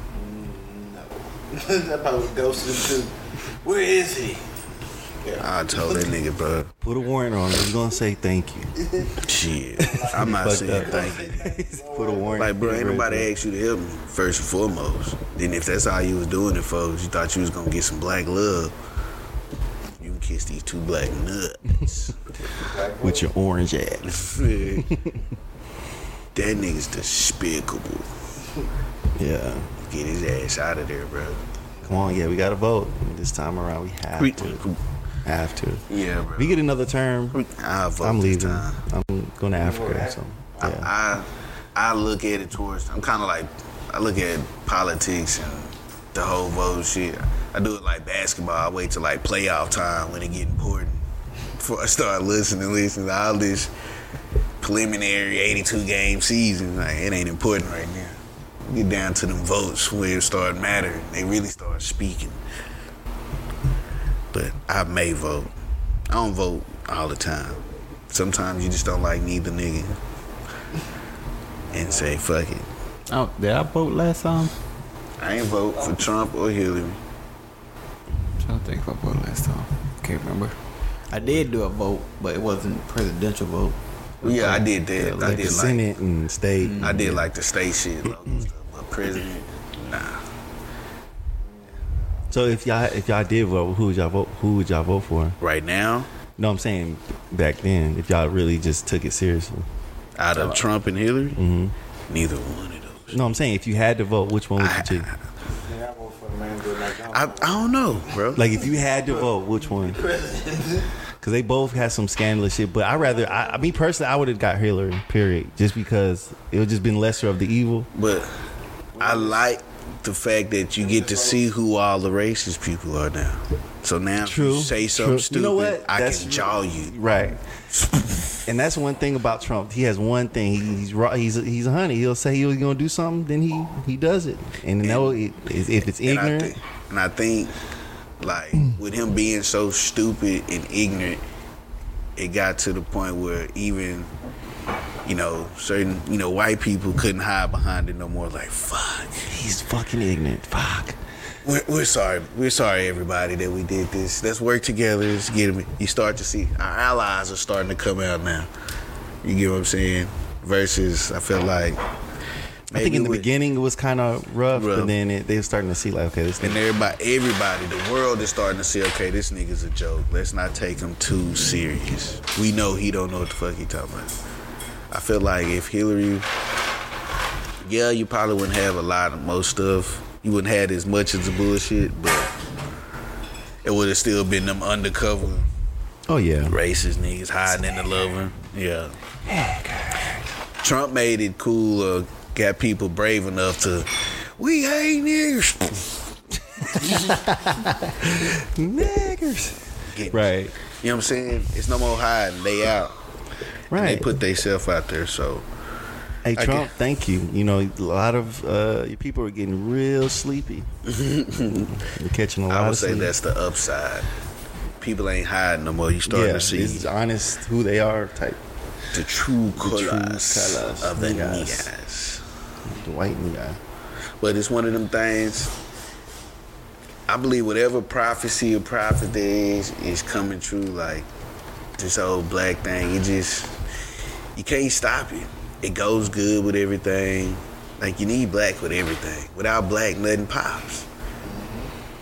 Speaker 6: that probably ghosted him too. Where is he?
Speaker 2: I told that nigga, bro.
Speaker 4: Put a warrant on him. He's gonna say thank you.
Speaker 2: Shit, I'm not
Speaker 4: Fucked
Speaker 2: saying
Speaker 4: up.
Speaker 2: thank you.
Speaker 4: Put a warrant.
Speaker 2: Like, bro, ain't
Speaker 4: Real
Speaker 2: nobody
Speaker 4: quick.
Speaker 2: asked you to help me first and foremost. Then if that's how you was doing it, folks, you thought you was gonna get some black love. You can kiss these two black nuts.
Speaker 4: with your orange ass.
Speaker 2: that nigga's despicable.
Speaker 4: Yeah.
Speaker 2: Get his ass out of there, bro.
Speaker 4: Come on, yeah, we gotta vote this time around. We have
Speaker 2: We-
Speaker 4: to. Have to.
Speaker 2: Yeah, bro.
Speaker 4: We get another term.
Speaker 2: I vote
Speaker 4: I'm
Speaker 2: this
Speaker 4: leaving.
Speaker 2: time.
Speaker 4: I'm going to Africa or something. Yeah.
Speaker 2: I I look at it towards. I'm kind of like I look at politics and the whole vote shit. I do it like basketball. I wait till like playoff time when it get important before I start listening. Listening to all this preliminary 82 game season. Like it ain't important right now. Get down to them votes where it start mattering. They really start speaking. But I may vote. I don't vote all the time. Sometimes you just don't like neither nigga and say fuck it.
Speaker 5: Oh, did I vote last time?
Speaker 2: I ain't vote for Trump or Hillary.
Speaker 5: I'm trying to think if I voted last time. Can't remember. I did do a vote, but it wasn't presidential vote.
Speaker 2: Yeah, I did
Speaker 4: Yeah,
Speaker 2: that. I
Speaker 4: like the
Speaker 2: did like
Speaker 4: Senate and state.
Speaker 2: I did like the state shit, local stuff, but president, nah.
Speaker 4: So if y'all if y'all did vote, who would y'all vote? Who would y'all vote for?
Speaker 2: Right now,
Speaker 4: No, I'm saying back then, if y'all really just took it seriously.
Speaker 2: out of Trump and Hillary, neither one of those.
Speaker 4: No, I'm saying if you had to vote, which one would Mm-hmm. you choose?
Speaker 6: Yeah, I vote for the man good like
Speaker 2: I, I don't know, bro.
Speaker 4: Like if you had to vote, which one? Because they both had some scandalous shit. But I rather, I, I mean, personally, I would have got Hillary. Period. Just because it would just been lesser of the evil.
Speaker 2: but I like the fact that you get to see who all the racist people are now. So now, if
Speaker 4: True,
Speaker 2: you say
Speaker 4: true.
Speaker 2: something
Speaker 4: You
Speaker 2: stupid,
Speaker 4: know what?
Speaker 2: I
Speaker 4: That's-
Speaker 2: can jaw you.
Speaker 4: Right. And that's one thing about Trump. He has one thing. He, he's raw. He's he's a honey. He'll say he was gonna do something, then he he does it. And, no, it, if if it's
Speaker 2: And I,
Speaker 4: ignorant, Mm.
Speaker 2: think, and I think, like, with him being so stupid and ignorant, it got to the point where even, you know, certain, you know, white people couldn't hide behind it no more. Like, fuck,
Speaker 4: he's fucking ignorant. Fuck.
Speaker 2: we're, we're sorry. We're sorry, everybody, that we did this. Let's work together. Let's get him. You start to see our allies are starting to come out now. You get what I'm saying? Versus, I feel like.
Speaker 4: I think in the
Speaker 2: maybe with-
Speaker 4: beginning it was kind of rough, but
Speaker 2: Rough.
Speaker 4: then it, they were starting to see like, okay, this
Speaker 2: And everybody, everybody, the world is starting to see, okay, this nigga's a joke. Let's not take him too serious. We know he don't know what the fuck he talking about. I feel like if Hillary, yeah, you probably wouldn't have a lot of most stuff. You wouldn't have as much as the bullshit, but it would have still been them undercover
Speaker 4: oh yeah,
Speaker 2: racist niggas hiding in the lover. Yeah. Trump made it cool, uh, got people brave enough to, we hate niggas.
Speaker 4: niggers.
Speaker 2: Get-
Speaker 4: Right,
Speaker 2: You know what I'm saying? It's no more hiding. They out. And
Speaker 4: right.
Speaker 2: They put themselves out there. So
Speaker 4: hey
Speaker 2: I
Speaker 4: Trump, thank you. You know, a lot of uh, your people are getting real sleepy. You're catching a lot
Speaker 2: I would
Speaker 4: of
Speaker 2: say
Speaker 4: sleep.
Speaker 2: that's the upside. People ain't hiding no more. You starting
Speaker 4: yeah,
Speaker 2: to see
Speaker 4: it's honest who they are type.
Speaker 2: the true colors,
Speaker 4: colors
Speaker 2: of the
Speaker 4: niggas.
Speaker 2: niggas.
Speaker 4: The white guy.
Speaker 2: But it's one of them things. I believe whatever prophecy or prophet there is is coming true. Like this old black thing, it just you can't stop it. It goes good with everything. Like you need black with everything. Without black, nothing pops.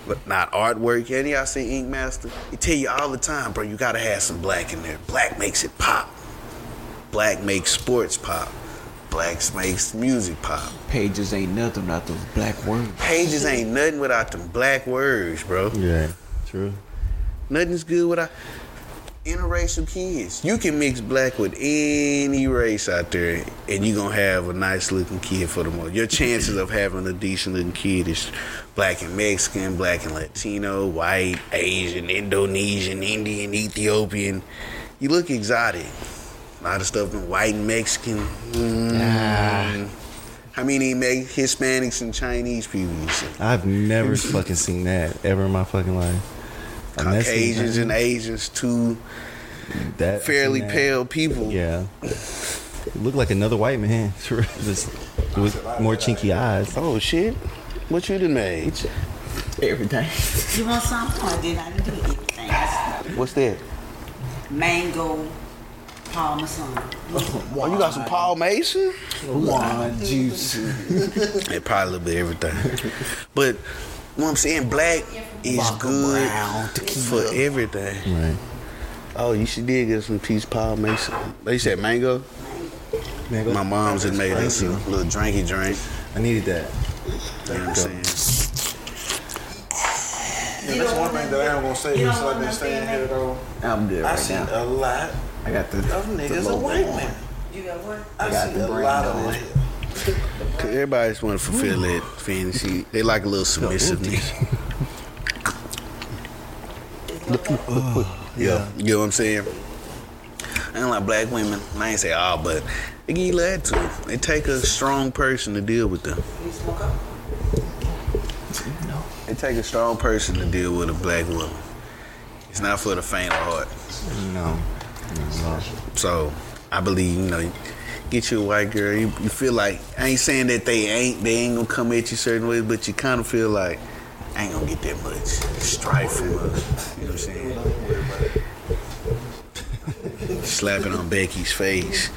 Speaker 2: But not artwork. Any y'all see Ink Master? It tell you all the time, bro. You gotta have some black in there. Black makes it pop. Black makes sports pop. Black makes music pop.
Speaker 5: Pages ain't nothing without those black words.
Speaker 2: Pages ain't nothing without them black words, bro.
Speaker 4: Yeah, true.
Speaker 2: Nothing's good without. interracial kids. You can mix black with any race out there, and you're gonna have a nice looking kid for the most. Your chances of having a decent looking kid is black and Mexican, black and Latino, white, Asian, Indonesian, Indian, Ethiopian. You look exotic. A lot of stuff in white and Mexican. Mm. How many make Hispanics and Chinese people you see?
Speaker 4: I've never fucking seen that ever in my fucking life. I've never seen
Speaker 2: Caucasians and Asians, two
Speaker 4: that I've
Speaker 2: fairly
Speaker 4: seen that.
Speaker 2: pale people.
Speaker 4: Yeah. Looked like another white man, just with more chinky eyes.
Speaker 2: Oh shit! What you done made?
Speaker 5: Everything.
Speaker 7: You want something? Or did I do anything? That's
Speaker 2: What's that?
Speaker 7: mango parmesan.
Speaker 2: Oh, you got some Paul Mason?
Speaker 5: Wine juice.
Speaker 2: It probably be everything, but what I'm saying, black is good for everything.
Speaker 4: Right.
Speaker 2: Oh, you should did get some peach Paul Mason. They said mango.
Speaker 4: Man,
Speaker 2: My mom's had made us a
Speaker 4: Thank you.
Speaker 2: little drinky drink.
Speaker 4: I needed that.
Speaker 2: You know what I'm saying?
Speaker 6: Yeah, that's one thing that I ain't gonna say.
Speaker 7: You don't
Speaker 6: since I've
Speaker 7: want
Speaker 6: been
Speaker 7: no
Speaker 6: staying
Speaker 7: family?
Speaker 6: here though.
Speaker 5: I'm good
Speaker 6: I
Speaker 5: right
Speaker 6: see
Speaker 5: now.
Speaker 6: a lot of
Speaker 5: I got the
Speaker 6: niggas
Speaker 5: low
Speaker 6: and white
Speaker 5: one.
Speaker 6: men.
Speaker 7: You got what?
Speaker 6: I
Speaker 5: got
Speaker 6: see
Speaker 5: the
Speaker 6: a
Speaker 5: brand
Speaker 6: lot of
Speaker 5: on
Speaker 6: them.
Speaker 5: it.
Speaker 2: Cause everybody just want to fulfill that fantasy. They like a little submissiveness.
Speaker 5: Oh,
Speaker 2: yeah, you know what I'm saying. I don't like black women. I ain't say all, but they give you a little attitude. It take a strong person to deal with them.
Speaker 7: Oh, You smoke up?
Speaker 2: It take a strong person to deal with a black woman. It's not for the faint of heart.
Speaker 4: No.
Speaker 2: So I believe you know, get you a white girl. You, you feel like I ain't saying that they ain't they ain't gonna come at you certain ways, but you kind of feel like I ain't gonna get that much strife from her. You know what I'm saying? Slapping on Becky's face.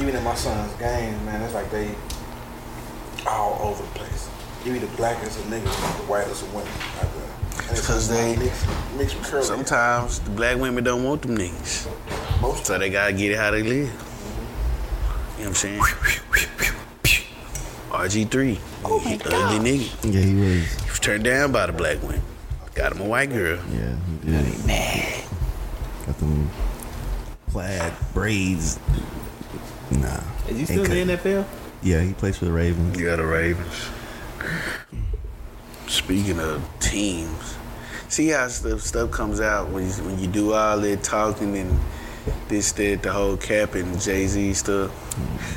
Speaker 6: Even in my son's games, man, it's like they all over the place. You either black as a nigga or white as a woman. out there. And it's
Speaker 2: 'Cause they-
Speaker 6: mixed, mixed with curly.
Speaker 2: Sometimes the black women don't want them niggas,
Speaker 6: most
Speaker 2: so they gotta get it how they live. You know what I'm saying? RG3, he ugly nigga.
Speaker 4: Yeah, he was.
Speaker 2: He was turned down by the black women. Got him a white girl.
Speaker 4: Yeah, he did. Got them plaid braids. Nah.
Speaker 5: Is you
Speaker 4: ain't
Speaker 5: still in
Speaker 4: cutting
Speaker 5: the
Speaker 4: it.
Speaker 5: NFL?
Speaker 4: Yeah, he plays for the Ravens.
Speaker 2: Yeah, the Ravens. Speaking of teams, see how stuff, stuff comes out when you, when you do all that talking and this, that, the whole cap and Jay Z stuff.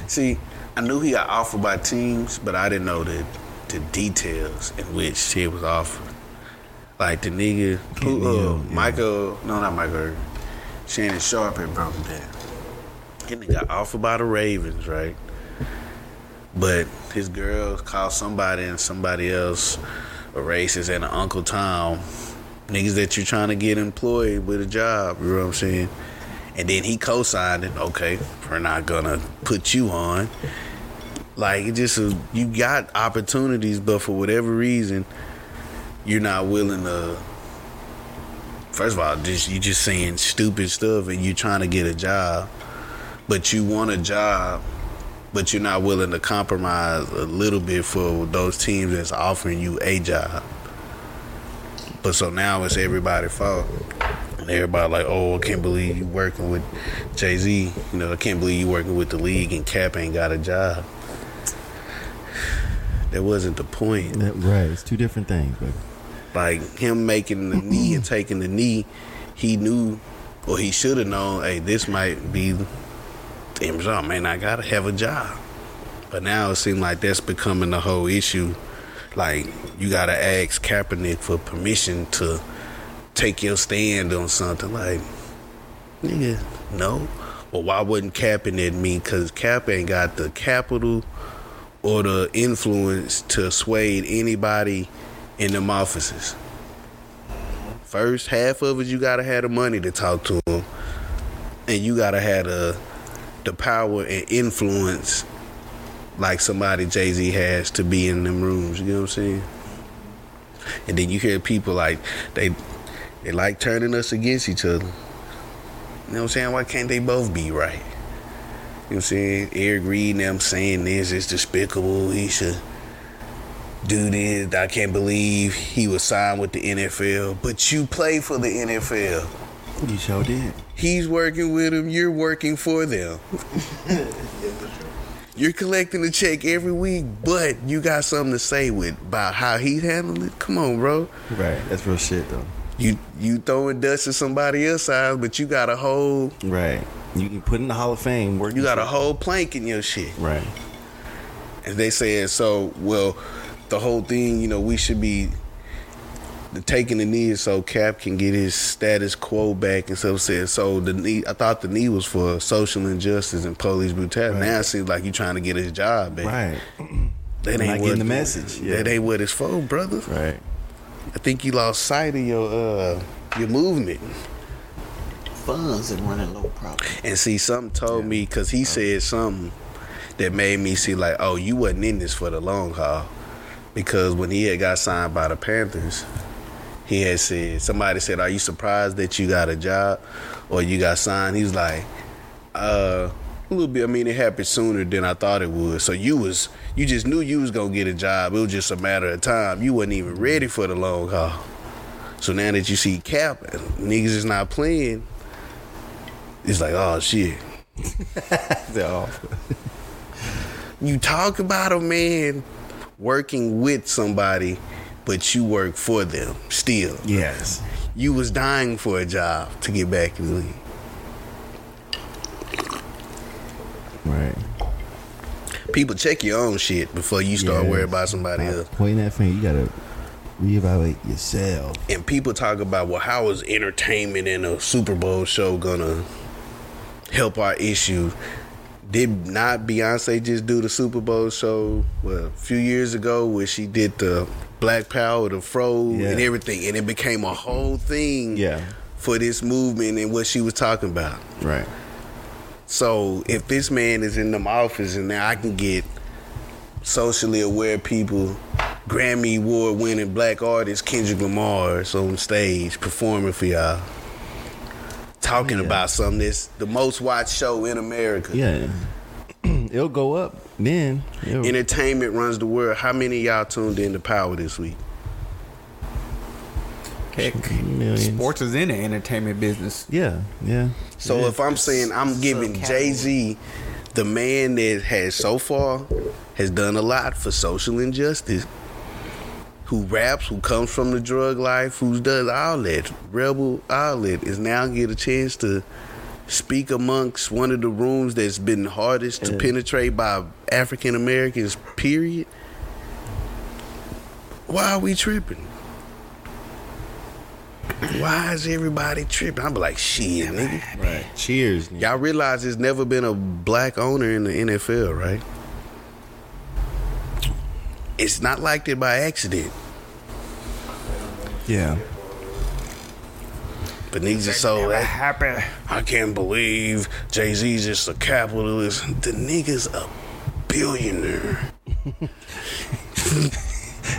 Speaker 2: See, I knew he got offered by teams, but I didn't know the, the details in which shit was offered. Like the nigga, who,
Speaker 4: Kenny
Speaker 2: uh,
Speaker 4: Hill, yeah.
Speaker 2: Michael, no, not Michael, Irvin. Shannon Sharp had broken down. That nigga got offered by the Ravens, right? But his girl called somebody and somebody else a racist and an Uncle Tom. Niggas that you're trying to get employed with a job, you know what I'm saying? And then he co signed it, okay, we're not gonna put you on. Like, it just, a, you got opportunities, but for whatever reason, you're not willing to. First of all, just you just saying stupid stuff and you're trying to get a job, but you want a job but you're not willing to compromise a little bit for those teams that's offering you a job. But so now it's everybody's fault. And everybody like, oh, I can't believe you working with Jay Z. You know, I can't believe you working with the league and Cap ain't got a job. That wasn't the point.
Speaker 4: That, right, it's two different things, baby.
Speaker 2: Like him making the knee and taking the knee, he knew or he should have known, hey, this might be the end result. Man, I gotta have a job. But now it seems like that's becoming the whole issue. Like you gotta ask Kaepernick for permission to take your stand on something. Like, nigga, no. Well, why wouldn't Kaepernick me? Cause Cap ain't got the capital or the influence to sway anybody in them offices. First half of it, you gotta have the money to talk to them, and you gotta have the the power and influence like somebody Jay Z has to be in them rooms. You know what I'm saying? And then you hear people like they they like turning us against each other. You know what I'm saying? Why can't they both be right? You know what I'm saying? Eric Reed and them saying this is despicable. He should do this. I can't believe he was signed with the NFL, but you play for the NFL.
Speaker 4: You sure did.
Speaker 2: He's working with them. You're working for them. you're collecting the check every week, but you got something to say with about how he's handling it. Come on, bro.
Speaker 4: Right. That's real shit though.
Speaker 2: You you throwing dust in somebody else's eyes, but you got a whole
Speaker 4: Right. You can put in the Hall of Fame. Work
Speaker 2: you got a whole plank in your shit.
Speaker 4: Right.
Speaker 2: And they said, so well, the whole thing, you know, we should be taking the knee so Cap can get his status quo back and stuff. Said so the knee. I thought the knee was for social injustice and police brutality. Now it seems like you trying to get his job back.
Speaker 4: Right.
Speaker 2: That ain't
Speaker 4: Not getting
Speaker 2: what-
Speaker 4: the message. Yeah.
Speaker 2: That ain't what it's for, brother.
Speaker 4: Right.
Speaker 2: I think you lost sight of your uh your movement.
Speaker 5: Funds and running low, probably.
Speaker 2: And see, something told me because he said something that made me see like, oh, you wasn't in this for the long haul, because when he had got signed by the Panthers, he had said somebody said, "Are you surprised that you got a job or you got signed?" He was like, "Uh, a little bit. I mean, it happened sooner than I thought it would. So you was you just knew you was gonna get a job. It was just a matter of time. You wasn't even ready for the long haul." So now that you see Cap, niggas is not playing. It's like, oh shit.
Speaker 4: They're off.
Speaker 2: You talk about a man working with somebody, but you work for them still.
Speaker 4: Yes.
Speaker 2: You was dying for a job to get back in the league.
Speaker 4: Right.
Speaker 2: People check your own shit before you start
Speaker 4: Yes.
Speaker 2: worrying about somebody else.
Speaker 4: Pointing that finger, you gotta reevaluate yourself.
Speaker 2: And people talk about, well, how is entertainment and a Super Bowl show gonna help our issue? Did not Beyonce just do the Super Bowl show well, a few years ago where she did the Black Power, the fro,
Speaker 4: Yeah.
Speaker 2: and everything, and it became a whole thing
Speaker 4: Yeah.
Speaker 2: for this movement and what she was talking about.
Speaker 4: Right.
Speaker 2: So if this man is in them office and now I can get socially aware people, Grammy award winning black artist Kendrick Lamar is on stage performing for y'all. Talking about something that's the most watched show in America.
Speaker 4: Yeah. It'll go up then. It'll-
Speaker 2: Entertainment runs the world. How many of y'all tuned in to Power this week?
Speaker 5: Heck,
Speaker 4: Millions.
Speaker 5: sports is in the entertainment business.
Speaker 4: Yeah. Yeah.
Speaker 2: So if I'm saying I'm giving Jay Z, the man that has so far has done a lot for social injustice, who raps, who comes from the drug life, who does all that, rebel all that, is now get a chance to speak amongst one of the rooms that's been hardest to penetrate by African Americans. Period. Why are we tripping? Why is everybody tripping? I'm like, shit, nigga.
Speaker 4: Right. Cheers. nigga.
Speaker 2: Y'all realize there's never been a black owner in the NFL, right? It's not like that by accident.
Speaker 4: Yeah.
Speaker 2: But niggas are so happy. I can't believe Jay Z's just a capitalist. The nigga's a billionaire.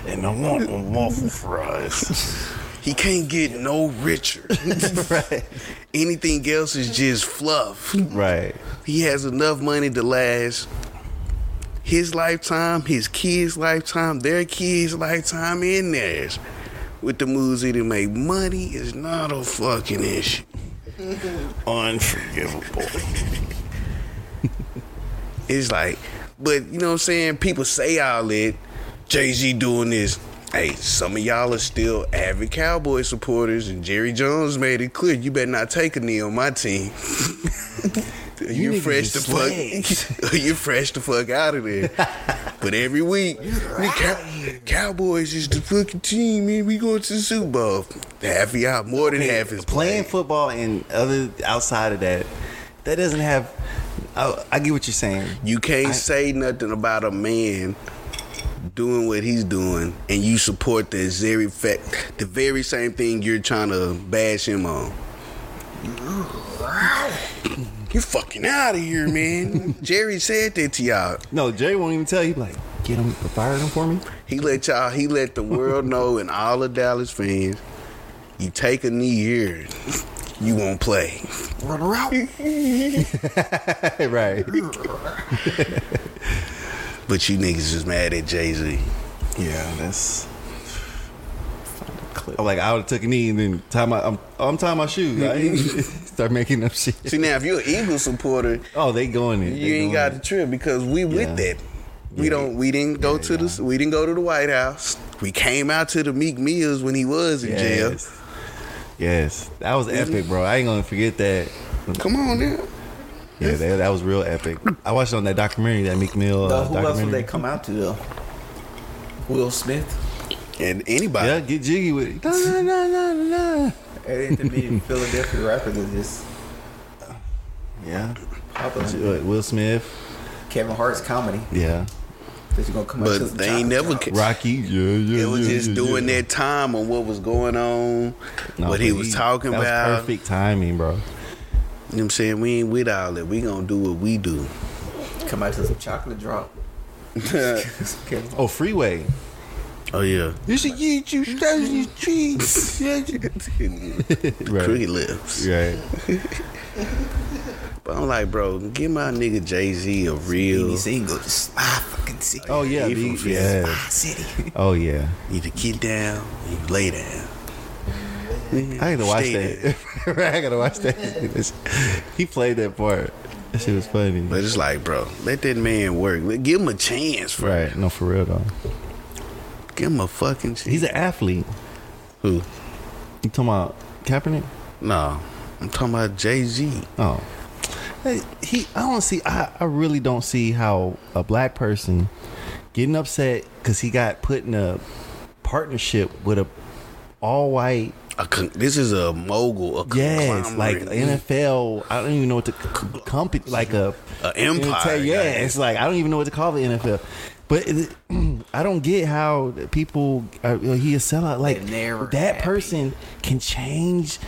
Speaker 2: and I want a waffle fries. He can't get no richer.
Speaker 4: right.
Speaker 2: Anything else is just fluff.
Speaker 4: Right.
Speaker 2: he has enough money to last his lifetime, his kids' lifetime, their kids' lifetime, and theirs. With the moves he to make money is not a fucking issue. Unforgivable. it's like, but you know what I'm saying? People say all that. Jay Z doing this. Hey, some of y'all are still avid Cowboy supporters, and Jerry Jones made it clear you better not take a knee on my team. you
Speaker 4: niggas
Speaker 2: are fresh
Speaker 4: is
Speaker 2: the fuck. you fresh the fuck out of there. but every week, the Cow- Cowboys is the fucking team, man. We going to the Super Bowl. Half of y'all, more than half is
Speaker 4: playing
Speaker 2: playing.
Speaker 4: football and other outside of that, that doesn't have. I, I get what you're saying.
Speaker 2: You can't say nothing about a man doing what he's doing, and you support the very fact, the very same thing you're trying to bash him on. You fucking out of here, man. Jerry said that to y'all.
Speaker 4: No, Jay won't even tell you. Like, get him, fire him for me.
Speaker 2: He let y'all, he let the world know and all the Dallas fans, you take a knee here, you won't play.
Speaker 5: Run around.
Speaker 4: right.
Speaker 2: But you niggas is mad at Jay Z.
Speaker 4: Yeah, that's
Speaker 5: clip.
Speaker 4: I'm like, I would have took a knee and then tie my. I'm, oh, I'm tying my shoes. I ain't-
Speaker 2: Mm-hmm.
Speaker 4: start making up shit.
Speaker 2: See now, if you're an Eagles supporter,
Speaker 4: Oh, they going in.
Speaker 2: you
Speaker 4: They
Speaker 2: ain't
Speaker 4: going
Speaker 2: got the trip because we with
Speaker 4: Yeah.
Speaker 2: that. We don't. We didn't go to the. We didn't go to the White House. We came out to the Meek Mills when he was in
Speaker 4: in.
Speaker 2: jail. Mm-hmm.
Speaker 4: Yes. Yes, that was epic, bro. I ain't gonna forget that.
Speaker 2: Come on now.
Speaker 4: Yeah, that, that was real epic. I watched it on that documentary, that Meek Mill uh,
Speaker 5: Though, who else would
Speaker 4: documentary.
Speaker 5: they come out to though? Will Smith.
Speaker 2: And anybody.
Speaker 4: yeah, get jiggy with it. Nah, nah, nah, nah, nah, nah.
Speaker 5: It ain't be Philadelphia rappers are just
Speaker 4: Yeah,
Speaker 5: popular.
Speaker 4: Uh, Will Smith.
Speaker 5: Kevin Hart's comedy.
Speaker 4: Yeah,
Speaker 5: That you gonna come out to
Speaker 2: But they ain't never. ca-
Speaker 4: Rocky. Yeah, yeah.
Speaker 2: It was
Speaker 4: yeah,
Speaker 2: just
Speaker 4: yeah,
Speaker 2: doing
Speaker 4: yeah.
Speaker 2: their time on what was going on, what
Speaker 4: No, but
Speaker 2: he was talking
Speaker 4: that
Speaker 2: about.
Speaker 4: Was perfect timing, bro.
Speaker 2: You know what I'm saying? We ain't with all that. We gonna do what we do.
Speaker 5: come out to some chocolate drop. Kevin Hart.
Speaker 4: Oh, freeway.
Speaker 2: Oh yeah.
Speaker 4: You should eat you strategy trees.
Speaker 2: Crooked lips.
Speaker 4: Right.
Speaker 2: But I'm like, bro, give my nigga Jay Z a real.
Speaker 5: Beanie Siegel just I fucking see.
Speaker 4: Oh yeah.
Speaker 2: He
Speaker 4: the-
Speaker 2: from Philly.
Speaker 4: yeah.
Speaker 5: Ah, city.
Speaker 4: Oh yeah.
Speaker 2: You either get down, or you lay down.
Speaker 4: I gotta watch
Speaker 2: Stay
Speaker 4: that. I gotta watch that. he played that part. That shit was funny.
Speaker 2: But it's like, bro, let that man work. Let- Give him a chance, bro.
Speaker 4: Right. No, for real though.
Speaker 2: Give him a fucking chance.
Speaker 4: He's an athlete.
Speaker 2: who?
Speaker 4: You talking about Kaepernick?
Speaker 2: No, I'm talking about Jay Z.
Speaker 4: Oh. Hey, he I don't see I, I really don't see how a black person getting upset because he got put in a partnership with a all white
Speaker 2: Con- this is a mogul. A
Speaker 4: yes like
Speaker 2: conglomerate.
Speaker 4: NFL I don't even know what to c- company like a
Speaker 2: A empire,
Speaker 4: yeah
Speaker 2: goddamn.
Speaker 4: it's like I don't even know what to call the NFL but it, I don't get how people are, you know, he a sellout like
Speaker 5: They're never
Speaker 4: that
Speaker 5: happy.
Speaker 4: person can change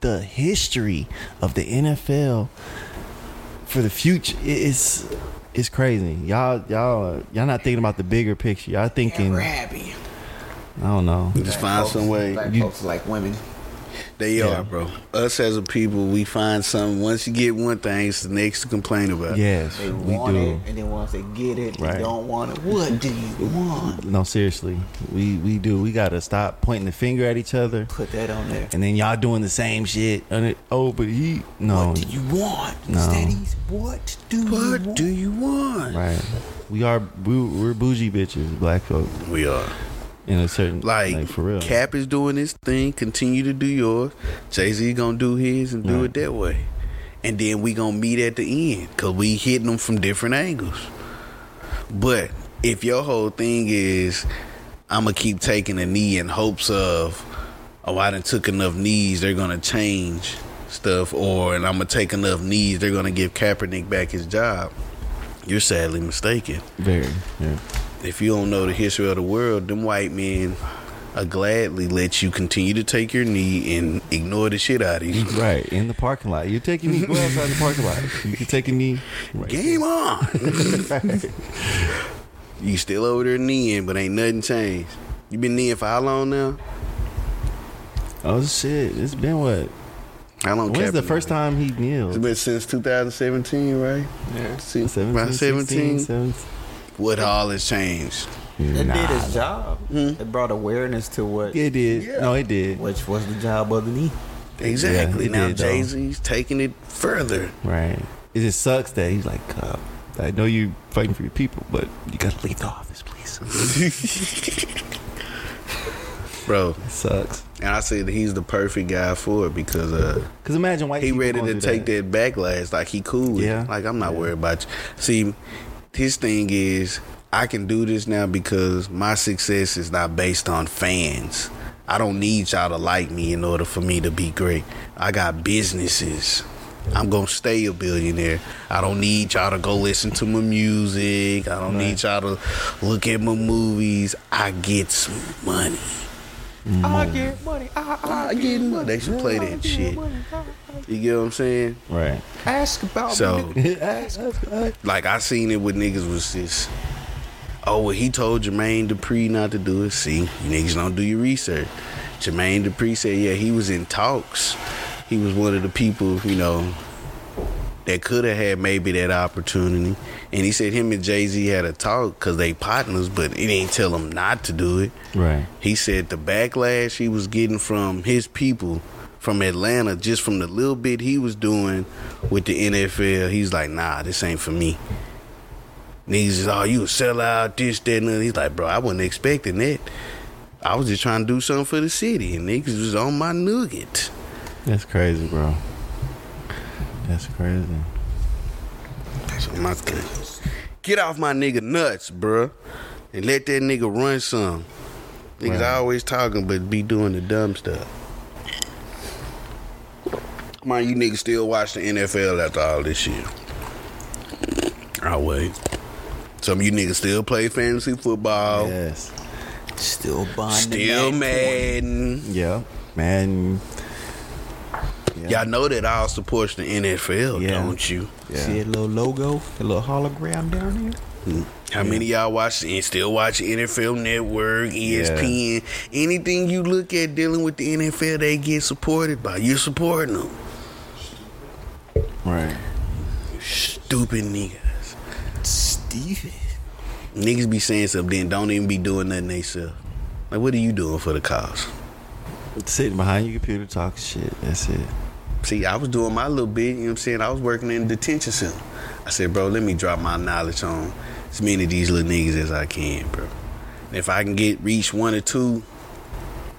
Speaker 4: the history of the NFL for the future. It- It's it's crazy. Y'all y'all y'all not thinking about the bigger picture. Y'all thinking I
Speaker 5: Rappy.
Speaker 4: don't know.
Speaker 2: Just find some way.
Speaker 5: Black
Speaker 4: You-
Speaker 5: folks like women.
Speaker 2: They
Speaker 4: Yeah.
Speaker 2: are, bro. Us as a people, we find something. Once you get one thing, it's the next to complain about.
Speaker 4: Yes,
Speaker 5: They
Speaker 4: we
Speaker 5: want
Speaker 4: do.
Speaker 5: it, and then once they get it,
Speaker 4: Right.
Speaker 5: they don't want it. What do you want?
Speaker 4: No, seriously, we we do. We gotta stop pointing the finger at each other.
Speaker 5: Put that on there.
Speaker 4: And then y'all doing the same shit. And it, oh, but he no.
Speaker 5: What do you want?
Speaker 4: Oh, No.
Speaker 5: Steadies. What do you
Speaker 2: What
Speaker 5: want?
Speaker 2: do you want?
Speaker 4: Right. We are we, we're bougie bitches, black folk.
Speaker 2: We are.
Speaker 4: In a certain
Speaker 2: Like,
Speaker 4: for real.
Speaker 2: Cap is doing his thing. Continue to do yours. Jay Z gonna do his and do
Speaker 4: Right.
Speaker 2: it that way. And then we gonna meet at the end because we hitting them from different angles. But if your whole thing is, I'm gonna keep taking a knee in hopes of, oh, I done took enough knees, they're gonna change stuff, or and I'm gonna take enough knees, they're gonna give Kaepernick back his job. You're sadly mistaken
Speaker 4: Very. Yeah.
Speaker 2: if you don't know the history of the world, them white men uh, gladly let you continue to take your knee and ignore the shit out of you.
Speaker 4: Right in the parking lot. You're taking knee. Go outside the parking lot. You can take a knee. Right.
Speaker 2: Game on. you still over there kneeing, but ain't nothing changed. You been kneeing for how long now?
Speaker 4: Oh shit! It's been what?
Speaker 2: How long?
Speaker 4: When's the
Speaker 2: Kaepernick?
Speaker 4: first time he
Speaker 2: It's
Speaker 4: kneeled?
Speaker 2: been since 2017, right?
Speaker 5: Yeah.
Speaker 2: See,
Speaker 4: 17,
Speaker 2: around
Speaker 4: 16,
Speaker 2: 17.
Speaker 4: 17.
Speaker 2: What all has changed?
Speaker 5: It
Speaker 4: Nah.
Speaker 5: did its job. It brought awareness to what,
Speaker 4: It did. No, it did.
Speaker 5: which was the job of the knee.
Speaker 2: Exactly.
Speaker 4: it
Speaker 2: now
Speaker 4: did, though.
Speaker 2: Jay Z's taking it further.
Speaker 4: Right. It just sucks that he's like, uh, I know you fighting for your people, but you gotta leave the office, please.
Speaker 2: Bro,
Speaker 4: It sucks.
Speaker 2: and I say that he's the perfect guy for it because uh,
Speaker 4: Cause imagine white
Speaker 2: he
Speaker 4: people
Speaker 2: ready
Speaker 4: gonna
Speaker 2: to
Speaker 4: do
Speaker 2: take that. backlash. Like he cool. With
Speaker 4: Yeah.
Speaker 2: It. Like I'm not worried about you. See, his thing is I can do this now because my success is not based on fans. I don't need y'all to like me in order for me to be great. I got businesses. I'm gonna stay a billionaire. I don't need y'all to go listen to my music. I don't need y'all to look at my movies. I get some money.
Speaker 5: I get money. I,
Speaker 2: I get money. They should play that shit. You get what I'm saying?
Speaker 4: Right.
Speaker 5: ask about
Speaker 2: So
Speaker 4: Right.
Speaker 2: like I seen it with niggas was this. Oh, well, he told Jermaine Dupri not to do it. See, you niggas don't do your research. Jermaine Dupri said, yeah, he was in talks. He was one of the people, you know, that could have had maybe that opportunity. And he said him and Jay Z had a talk because they partners, but he didn't tell him not to do it.
Speaker 4: Right.
Speaker 2: He said the backlash he was getting from his people from Atlanta, just from the little bit he was doing with the NFL, he's like, nah, this ain't for me. Niggas is, oh, you a sellout, this, that, and the other. He's like, bro, I wasn't expecting that. I was just trying to do something for the city, and niggas was on my nugget.
Speaker 4: That's crazy, bro. That's crazy.
Speaker 2: So my get off my nigga nuts, bruh, and let that nigga run some. Niggas
Speaker 4: Right.
Speaker 2: always talking, but be doing the dumb stuff. Mind you, niggas still watch the NFL after all this shit. I'll wait. Some of you niggas still play fantasy football,
Speaker 4: Yes.
Speaker 5: Still bonding.
Speaker 2: still Madden.
Speaker 4: Yeah. Man.
Speaker 2: Y'all know that all supports the NFL,
Speaker 4: Yeah.
Speaker 2: don't you?
Speaker 4: Yeah.
Speaker 5: See a little logo, a little hologram down there.
Speaker 2: How many of y'all watch and still watch NFL Network, E
Speaker 4: Yeah.
Speaker 2: ESPN? Anything you look at dealing with the NFL, they get supported by. You're supporting them.
Speaker 4: Right.
Speaker 2: Stupid niggas. Stupid. Niggas be saying something, then don't even be doing nothing they self. Like, what are you doing for the cause?
Speaker 4: Sitting behind your computer talking shit. That's it.
Speaker 2: See, I was doing my little bit, you know what I'm saying? I was working in the detention center. I said, bro, let me drop my knowledge on as many of these little niggas as I can, bro. And if I can get reach one or two,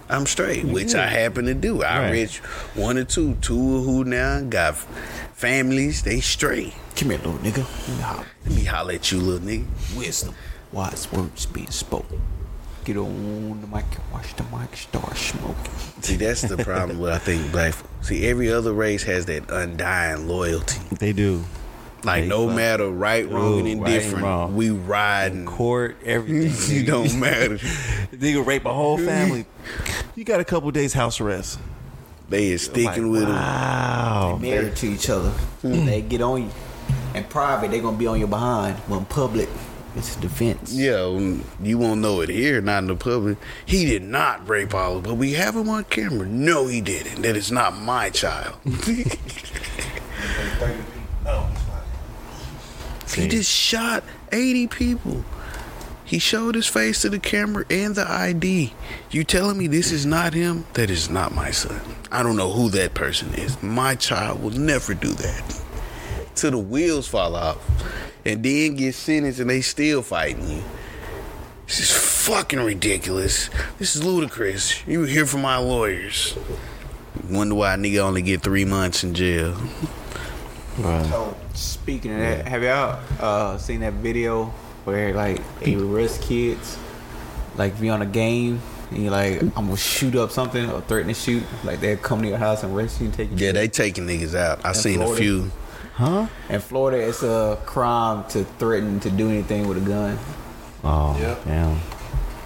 Speaker 2: I'm straight, which I happen to do. I
Speaker 4: Right.
Speaker 2: reach one or two, two who now got f- families, they straight.
Speaker 5: Come here, little nigga. Let me holler.
Speaker 2: Let me holler at you, little nigga.
Speaker 5: Wisdom. Wise words be spoken. Get on the mic and watch the mic start smoking.
Speaker 2: See, that's the problem with I think black folks. See, every other race has that undying loyalty.
Speaker 4: They do.
Speaker 2: Like
Speaker 4: They
Speaker 2: no
Speaker 4: fuck.
Speaker 2: matter right, wrong, and
Speaker 4: Ooh, right and
Speaker 2: indifferent,
Speaker 4: wrong.
Speaker 2: we riding.
Speaker 4: Court, everything.
Speaker 2: You don't matter.
Speaker 4: Nigga rape a whole family. You got a couple days house arrest.
Speaker 2: They is sticking with him.
Speaker 4: Wow.
Speaker 5: Married to each other. they get on you. In private, they gonna be on your behind. But in public, it's defense.
Speaker 2: Yeah, um, you won't know it here, not in the public. He did not rape Olive, but we have him on camera. No, he didn't. That is not my child.
Speaker 6: Thirty people. No, it's not.
Speaker 2: he just shot 80 people. He showed his face to the camera and the ID. You telling me this is not him? That is not my son. I don't know who that person is. My child will never do that. Till the wheels fall off. And then get sentenced and they still fighting you. This is fucking ridiculous. This is ludicrous. You hear from my lawyers. Wonder why a nigga only get three months in jail.
Speaker 5: So speaking of that, have y'all uh, seen that video where like they arrest kids, like if you on a game and you like I'm gonna shoot up something or threaten to shoot, like they'll come to your house and arrest you and take you.
Speaker 2: Yeah, they taking niggas out. I seen a
Speaker 5: Florida.
Speaker 2: few.
Speaker 4: Huh?
Speaker 5: In Florida, it's a crime to threaten to do anything with a gun
Speaker 4: Oh,
Speaker 6: Yeah.
Speaker 4: damn.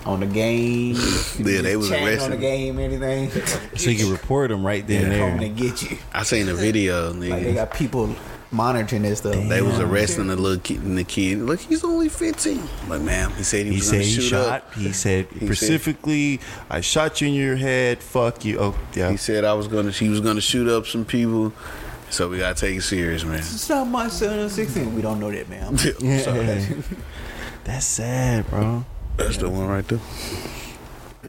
Speaker 5: on the game.
Speaker 2: Yeah, they was
Speaker 5: chain on
Speaker 2: arresting
Speaker 5: the
Speaker 2: him.
Speaker 5: game. Anything
Speaker 4: So you can report them right then and
Speaker 5: coming to
Speaker 4: there.
Speaker 5: get you.
Speaker 2: I seen a video, nigga.
Speaker 5: Like
Speaker 2: they,
Speaker 5: they got people monitoring this stuff.
Speaker 2: was arresting the little kid, and the kid, look, he's only 15. Like, ma'am, he said he,
Speaker 4: He
Speaker 2: was
Speaker 4: said
Speaker 2: gonna
Speaker 4: he
Speaker 2: shoot
Speaker 4: shot.
Speaker 2: up.
Speaker 4: He said
Speaker 2: said-
Speaker 4: specifically, I shot you in your head. Fuck you. Oh, yeah.
Speaker 2: He said I was gonna, he was gonna shoot up some people. So we gotta take it serious, man.
Speaker 5: It's not my son of 16. We don't know that, man.
Speaker 4: Yeah. That's sad, bro.
Speaker 2: That's the one right there.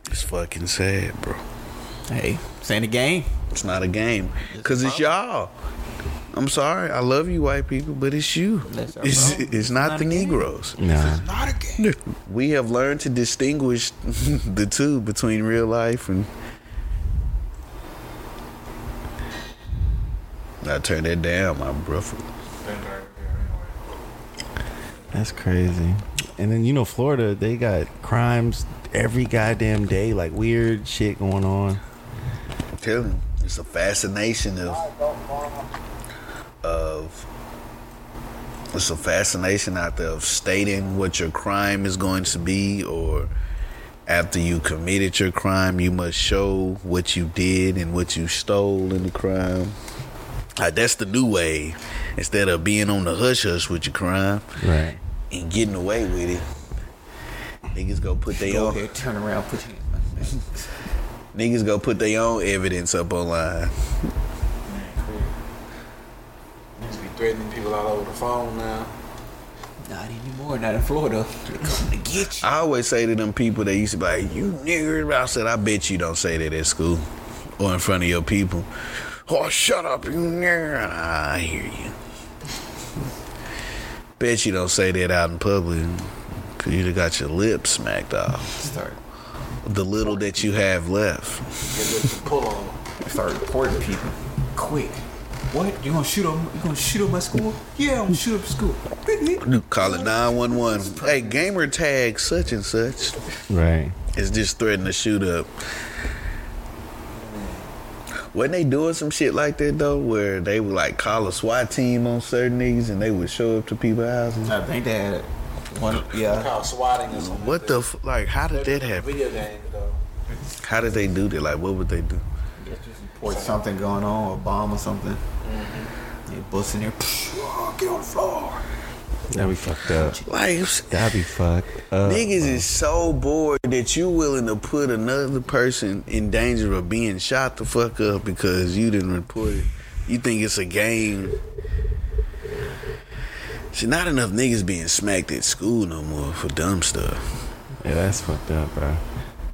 Speaker 2: It's fucking sad, bro.
Speaker 5: hey, it's in the game.
Speaker 2: It's not a game, cause it's y'all. I'm sorry, I love you, white people, but it's you.
Speaker 5: That's our
Speaker 2: It's,
Speaker 5: problem.
Speaker 2: it's not the Negroes.
Speaker 4: Nah.
Speaker 6: Not a game.
Speaker 2: We have learned to distinguish the two between real life and. I turn that down, my brother.
Speaker 6: Been there, there, anyway.
Speaker 4: That's crazy. And then you know Florida, they got crimes every goddamn day, like weird shit going on.
Speaker 2: I'm telling you, it's a fascination of of it's a fascination out there of stating what your crime is going to be or after you committed your crime you must show what you did and what you stole in the crime Like, that's the new way instead of being on the hush hush with your crime
Speaker 4: Right.
Speaker 2: and getting away with it niggas go put their
Speaker 5: Go
Speaker 2: own
Speaker 5: here, turn around, put your hand.
Speaker 2: niggas go put their own evidence up online
Speaker 6: Niggas be threatening people all over the phone now.
Speaker 5: Not anymore. Not in Florida. They coming to get you.
Speaker 2: I always say to them people that used to be like, you nigger. I said, I bet you don't say that at school or in front of your people. Oh, shut up, you nigger. I hear you. bet you don't say that out in public. 'cause You'd have got your lips smacked off.
Speaker 5: Start,
Speaker 2: The little that you have left.
Speaker 6: Get them to pull on them.
Speaker 5: start reporting people quick. What? You gonna shoot up? You gonna shoot up my school? Yeah, I'm gonna shoot up the school.
Speaker 2: Call it 911. Hey, gamer tag such and such
Speaker 4: Right.
Speaker 2: is just threatening to shoot up. Wasn't they doing some shit like that though, where they would like call a SWAT team on certain niggas and they would show up to people's houses?
Speaker 5: I think they had one.
Speaker 6: They
Speaker 5: Yeah,
Speaker 6: call swatting or something.
Speaker 2: What the f- like? How did that happen?
Speaker 6: Video game though.
Speaker 2: How did they do that? Like, what would they do?
Speaker 5: or something going on, a bomb or something. They bust in there. "Psh, Get on the floor.
Speaker 4: That'd be fucked up.
Speaker 2: Like, s-
Speaker 4: That'd be fucked up.
Speaker 2: niggas is so bored that you willing to put another person in danger of being shot the fuck up because you didn't report it. You think it's a game. See, not enough niggas being smacked at school no more for dumb stuff.
Speaker 4: Yeah, that's fucked up, bro.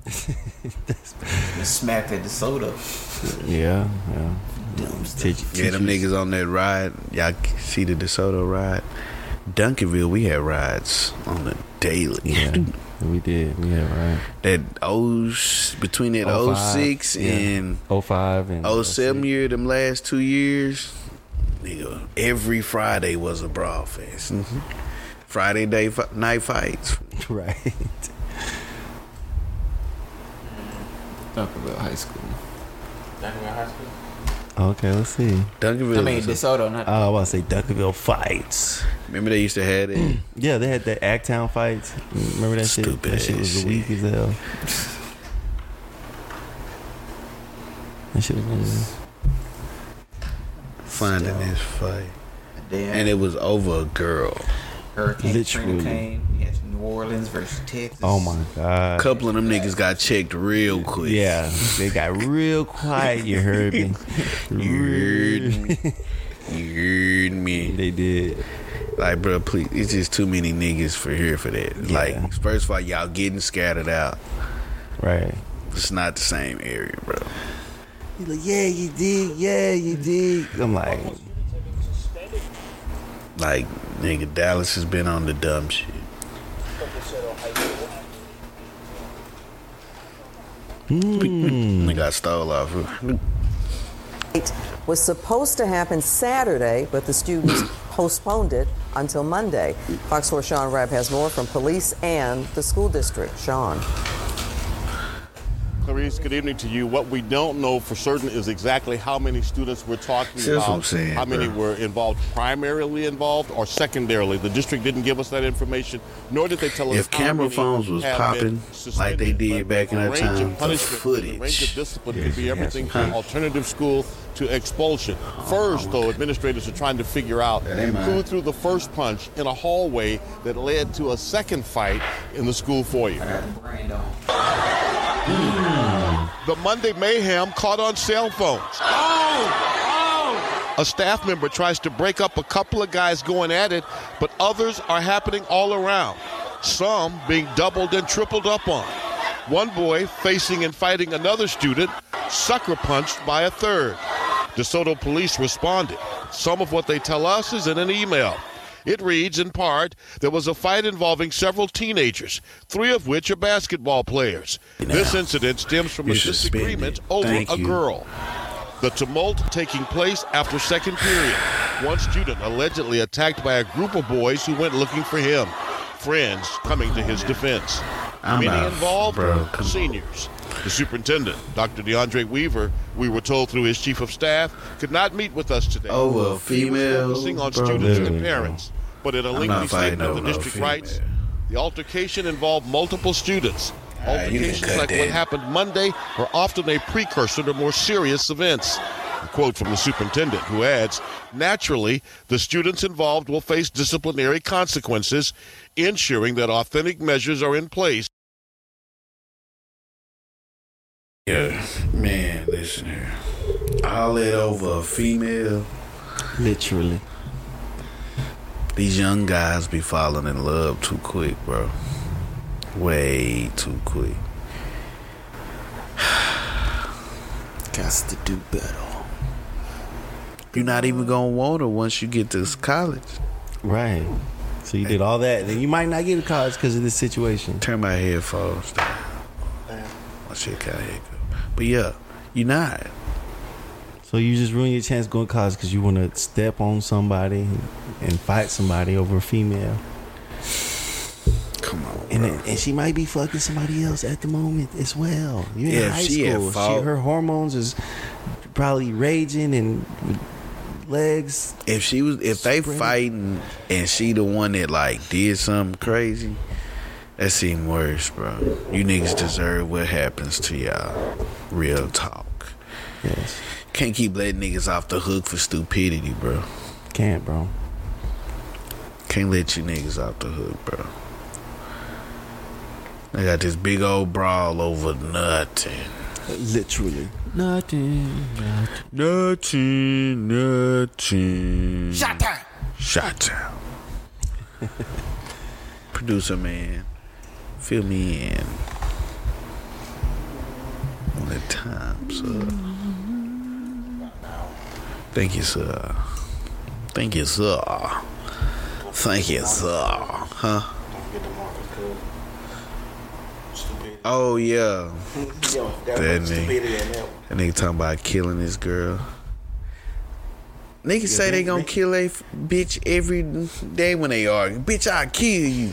Speaker 5: They smacked at the soda.
Speaker 4: Yeah, yeah. Teach,
Speaker 2: Yeah, them
Speaker 4: teachers-
Speaker 2: niggas on that ride. Y'all see the DeSoto ride? Duncanville, we had rides on the daily.
Speaker 4: Yeah, we did. We had right.
Speaker 2: that oh between that oh six and
Speaker 4: oh five and
Speaker 2: oh seven year, them last two years, nigga, every Friday was a brawl fest. Friday day fi- night fights.
Speaker 4: Right.
Speaker 5: Dunkerville High School.
Speaker 6: Duncanville High School.
Speaker 4: Okay, let's see.
Speaker 2: Duncanville.
Speaker 5: I mean,
Speaker 2: was a-
Speaker 5: DeSoto, not
Speaker 4: Oh, I want to say Dunkerville fights.
Speaker 2: remember they used to have it.
Speaker 4: Yeah, they had that Acktown fights. Remember that shit?
Speaker 2: Stupid
Speaker 4: That shit was
Speaker 2: ass
Speaker 4: weak as hell. That shit was.
Speaker 2: finding this fight,
Speaker 5: damn.
Speaker 2: and it was over a girl.
Speaker 5: Hurricane
Speaker 4: Literally.
Speaker 5: Katrina came. Yes, New Orleans versus Texas.
Speaker 4: Oh my god.
Speaker 2: couple of them niggas got checked real quick.
Speaker 4: Yeah, they got real quiet. You heard me.
Speaker 2: You heard me. You heard me.
Speaker 4: They did.
Speaker 2: Like, bro, please, it's just too many niggas for here for that. Like, first of all, y'all getting scattered out.
Speaker 4: Right.
Speaker 2: It's not the same area, bro.
Speaker 4: He's like, yeah, you did. Yeah, you did. Oh, I'm like,
Speaker 2: Like, nigga, Dallas has been on the dumb shit.
Speaker 8: Hmm.
Speaker 2: Nigga, I stole off.
Speaker 9: It was supposed to happen Saturday, but the students postponed it until Monday. Fox 4 Sean Rabb has more from police and the school district. Sean.
Speaker 8: Clarice, good evening to you. What we don't know for certain is exactly how many students we're talking
Speaker 2: See, that's what
Speaker 8: about.
Speaker 2: I'm saying,
Speaker 8: how many
Speaker 2: bro.
Speaker 8: were involved, primarily involved, or secondarily. The district didn't give us that information, nor did they tell us.
Speaker 2: If
Speaker 8: how
Speaker 2: camera
Speaker 8: many
Speaker 2: phones was
Speaker 8: have been
Speaker 2: popping like they
Speaker 8: suspended.
Speaker 2: did
Speaker 8: But
Speaker 2: back in
Speaker 8: the
Speaker 2: our
Speaker 8: range
Speaker 2: time, the
Speaker 8: of punishment, the range
Speaker 2: footage.
Speaker 8: of discipline could be everything from alternative school to expulsion. First, though, administrators are trying to figure out
Speaker 2: Oh, ain't mine.
Speaker 8: who threw the first punch in a hallway that led to a second fight in the school foyer.
Speaker 5: Brando.
Speaker 8: The Monday mayhem caught on cell phones. A staff member tries to break up a couple of guys going at it, but others are happening all around. Some being doubled and tripled up on. One boy facing and fighting another student, sucker punched by a third. DeSoto police responded. Some of what they tell us is in an email. It reads in part there was a fight involving several teenagers, three of which are basketball players. This incident stems from a
Speaker 2: You suspended.
Speaker 8: disagreement over
Speaker 2: Thank
Speaker 8: a
Speaker 2: you.
Speaker 8: girl. The tumult taking place after second period. One student allegedly attacked by a group of boys who went looking for him. Friends coming to his defense.
Speaker 2: I'm
Speaker 8: Many
Speaker 2: out,
Speaker 8: involved
Speaker 2: bro.
Speaker 8: were
Speaker 2: Come on.
Speaker 8: seniors. The superintendent, Dr. DeAndre Weaver, we were told through his chief of staff, could not meet with us today.
Speaker 2: Over a
Speaker 8: He was
Speaker 2: Oh, female,
Speaker 8: focusing on
Speaker 2: bro,
Speaker 8: students
Speaker 4: literally,
Speaker 8: and
Speaker 4: bro.
Speaker 8: parents. But in a
Speaker 2: not
Speaker 8: lengthy
Speaker 2: fighting
Speaker 8: statement, the
Speaker 2: over no
Speaker 8: district
Speaker 2: female.
Speaker 8: writes the altercation involved multiple students.
Speaker 2: right, Ah, you can
Speaker 8: Altercations
Speaker 2: cut
Speaker 8: like what
Speaker 2: that.
Speaker 8: happened Monday are often a precursor to more serious events. A quote from the superintendent, who adds Naturally, the students involved will face disciplinary consequences, ensuring that authentic measures are in place.
Speaker 2: Yeah, man, listen here. All that over a female.
Speaker 4: literally.
Speaker 2: These young guys be falling in love too quick, bro. Way too quick.
Speaker 5: Got to do better.
Speaker 2: You're not even gonna want her once you get to college.
Speaker 4: Right. So you did all that, then you might not get to college because of this situation.
Speaker 2: Turn my headphones down. My shit kind of hiccup. But yeah, you're not.
Speaker 4: So you just ruin your chance going to college because you want to step on somebody and fight somebody over a female,
Speaker 2: Come on,
Speaker 4: and
Speaker 2: bro.
Speaker 4: it- and she might be fucking somebody else at the moment as well. You're
Speaker 2: Yeah,
Speaker 4: in
Speaker 2: if
Speaker 4: high
Speaker 2: she at
Speaker 4: school.
Speaker 2: fault-
Speaker 4: her hormones is probably raging and legs.
Speaker 2: if she was, if they
Speaker 4: Spread it.
Speaker 2: fighting and she the one that like did something crazy, that seem worse, bro. You niggas deserve what happens to y'all. Real talk.
Speaker 4: Yes,
Speaker 2: Can't keep letting niggas off the hook for stupidity, bro.
Speaker 4: can't, bro.
Speaker 2: Can't let you niggas off the hook, bro. They got this big old brawl over nothing.
Speaker 4: Literally nothing.
Speaker 2: Nothing, nothing.
Speaker 1: Shot time.
Speaker 2: Shot Town. Producer man, fill me in on the time, sir. Thank you, sir. Thank you, sir. Thank you, sir. Huh?
Speaker 6: Don't forget the Marcus Cook. Stupid.
Speaker 2: Oh yeah,
Speaker 6: Yo, that,
Speaker 2: That
Speaker 6: was
Speaker 2: nigga.
Speaker 6: stupidity in that one.
Speaker 2: that nigga talking about killing this girl. Niggas say they gonna kill a f- bitch every day when they argue. Bitch, I kill you.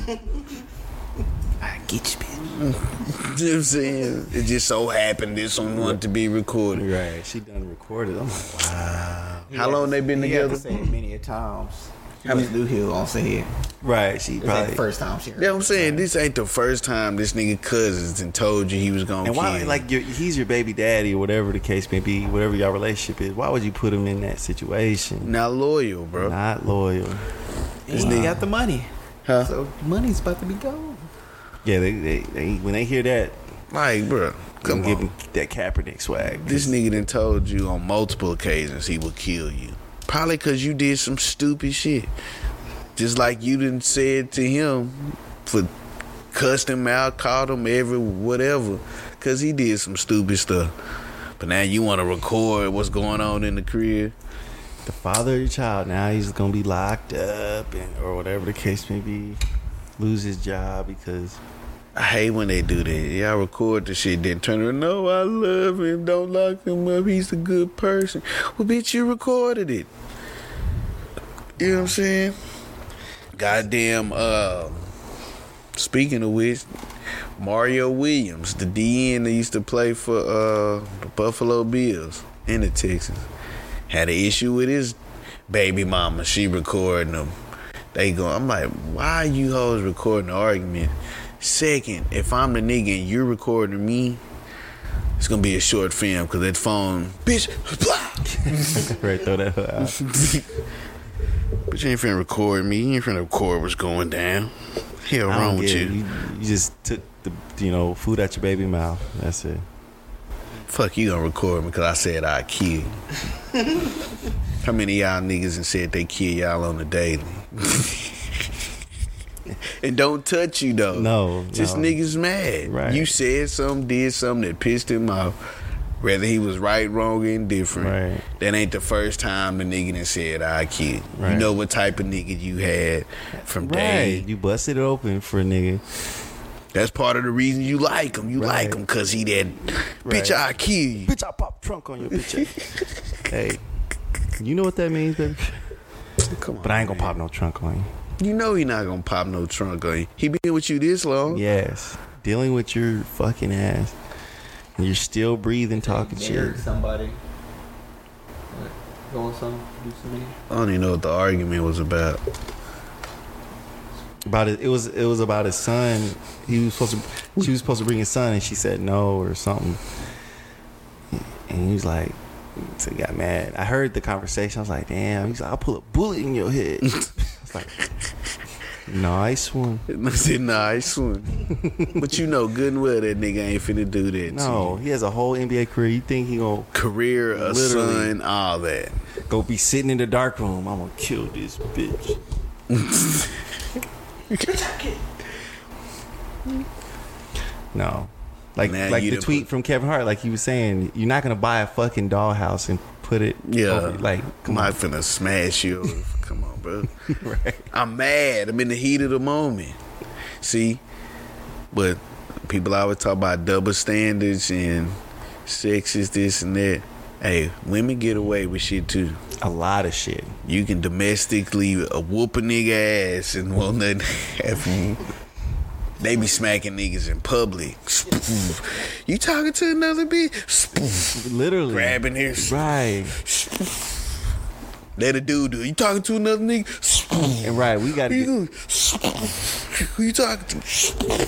Speaker 3: I get you, bitch.
Speaker 2: You know what I'm saying? It just so happened this one wanted to be recorded.
Speaker 4: Right. She done recorded. I'm like,
Speaker 2: How long they been
Speaker 5: You have
Speaker 2: together?
Speaker 5: to say it many a times. How many Lou Hill gonna say it?
Speaker 4: right. She
Speaker 5: This ain't
Speaker 4: probably
Speaker 5: the first time she heard
Speaker 2: Yeah, I'm saying this ain't the first time this nigga cousins and told you he was gonna
Speaker 4: And why,
Speaker 2: kill.
Speaker 4: like, your, he's your baby daddy or whatever the case may be, whatever your relationship is. Why would you put him in that situation?
Speaker 2: not loyal, bro.
Speaker 4: Not loyal.
Speaker 5: it. He got the money.
Speaker 2: Huh?
Speaker 5: So money's about to be gone.
Speaker 4: Yeah, they, they, they when they hear that,
Speaker 2: Like, bro,
Speaker 4: come
Speaker 2: come
Speaker 4: give
Speaker 2: on.
Speaker 4: him that Kaepernick swag.
Speaker 2: This nigga done told you on multiple occasions he would kill you. Probably cause you did some stupid shit. Just like you done said to him for cussed him out, called him every whatever. Cause he did some stupid stuff. But now you wanna record what's going on in the crib.
Speaker 4: the father of your child now he's gonna be locked up and or whatever the case may be, lose his job because
Speaker 2: I hate when they do that. Y'all record the shit, then turn around. No, I love him. Don't lock him up. He's a good person. Well, bitch, you recorded it. You know what I'm saying? Goddamn. Uh, speaking of which, Mario Williams, the DN that used to play for uh, the Buffalo Bills in the Texans, had an issue with his baby mama. She recording him. They go. I'm like, why you hoes recording the argument? Second, if I'm the nigga and you're recording me, it's gonna be a short film because that phone, bitch, blah.
Speaker 4: right throw that hood out.
Speaker 2: But you ain't finna record me. You ain't finna record what's going down. Hell
Speaker 4: I don't
Speaker 2: wrong with
Speaker 4: get
Speaker 2: you.
Speaker 4: it. you. You just took the you know food out your baby mouth. That's it.
Speaker 2: Fuck, you gonna record me because I said I kill. you. How many of y'all niggas and said they kill y'all on the daily? and don't touch you though.
Speaker 4: No,
Speaker 2: Just
Speaker 4: no.
Speaker 2: niggas mad.
Speaker 4: Right.
Speaker 2: You said something, did something that pissed him off. Whether he was right, wrong, or indifferent.
Speaker 4: Right.
Speaker 2: That ain't the first time the nigga done said I kill. you." You
Speaker 4: Right.
Speaker 2: know what type of nigga you had from day.
Speaker 4: You busted it open for a nigga.
Speaker 2: That's part of the reason you like him. You
Speaker 4: Right.
Speaker 2: like him cause he that
Speaker 4: Right.
Speaker 2: bitch I kill you.
Speaker 4: Bitch, I pop trunk on your bitch. hey, you know what that means, baby.
Speaker 2: Come on.
Speaker 4: But I ain't gonna pop no trunk on you.
Speaker 2: You know he not gonna pop no trunk on you. He been with you this long.
Speaker 4: Yes. Dealing with your fucking ass. And you're still breathing, talking shit.
Speaker 5: Married somebody. What? Going some do something.
Speaker 2: I don't even know what the argument was about.
Speaker 4: About it, it was it was about his son. He was supposed to she was supposed to bring his son and she said no or something. And he was like so he got mad. I heard the conversation. I was like, damn. He's like, I'll pull a bullet in your head. I was like, nice one.
Speaker 2: I said, nah, I swim. but you know good and well that nigga ain't finna do that. to
Speaker 4: No,
Speaker 2: you.
Speaker 4: he has a whole NBA career. You think he gonna
Speaker 2: Career, a
Speaker 4: Literally.
Speaker 2: son, all that.
Speaker 4: go be sitting in the dark room? I'm gonna kill this bitch. No. Like
Speaker 2: Nah,
Speaker 4: like
Speaker 2: you
Speaker 4: the
Speaker 2: done
Speaker 4: tweet from Kevin Hart, like he was saying, you're not gonna buy a fucking dollhouse and put it
Speaker 2: Yeah.
Speaker 4: over- like
Speaker 2: I'm
Speaker 4: come on.
Speaker 2: not finna smash you. Come on, bro. I'm mad. I'm in the heat of the moment. See? But people always talk about double standards and sex is this and that. Hey, women get away with shit too.
Speaker 4: A lot of shit.
Speaker 2: You can domestically uh, whoop a nigga ass and won't nothing happen. They be smacking niggas in public. Spoof. You talking to another bitch? Spoof.
Speaker 4: Literally.
Speaker 2: Grabbing here.
Speaker 4: Right.
Speaker 2: Let a dude do. it. You talking to another nigga? Spoof.
Speaker 4: And right, we gotta get,
Speaker 2: You- Who you talking to?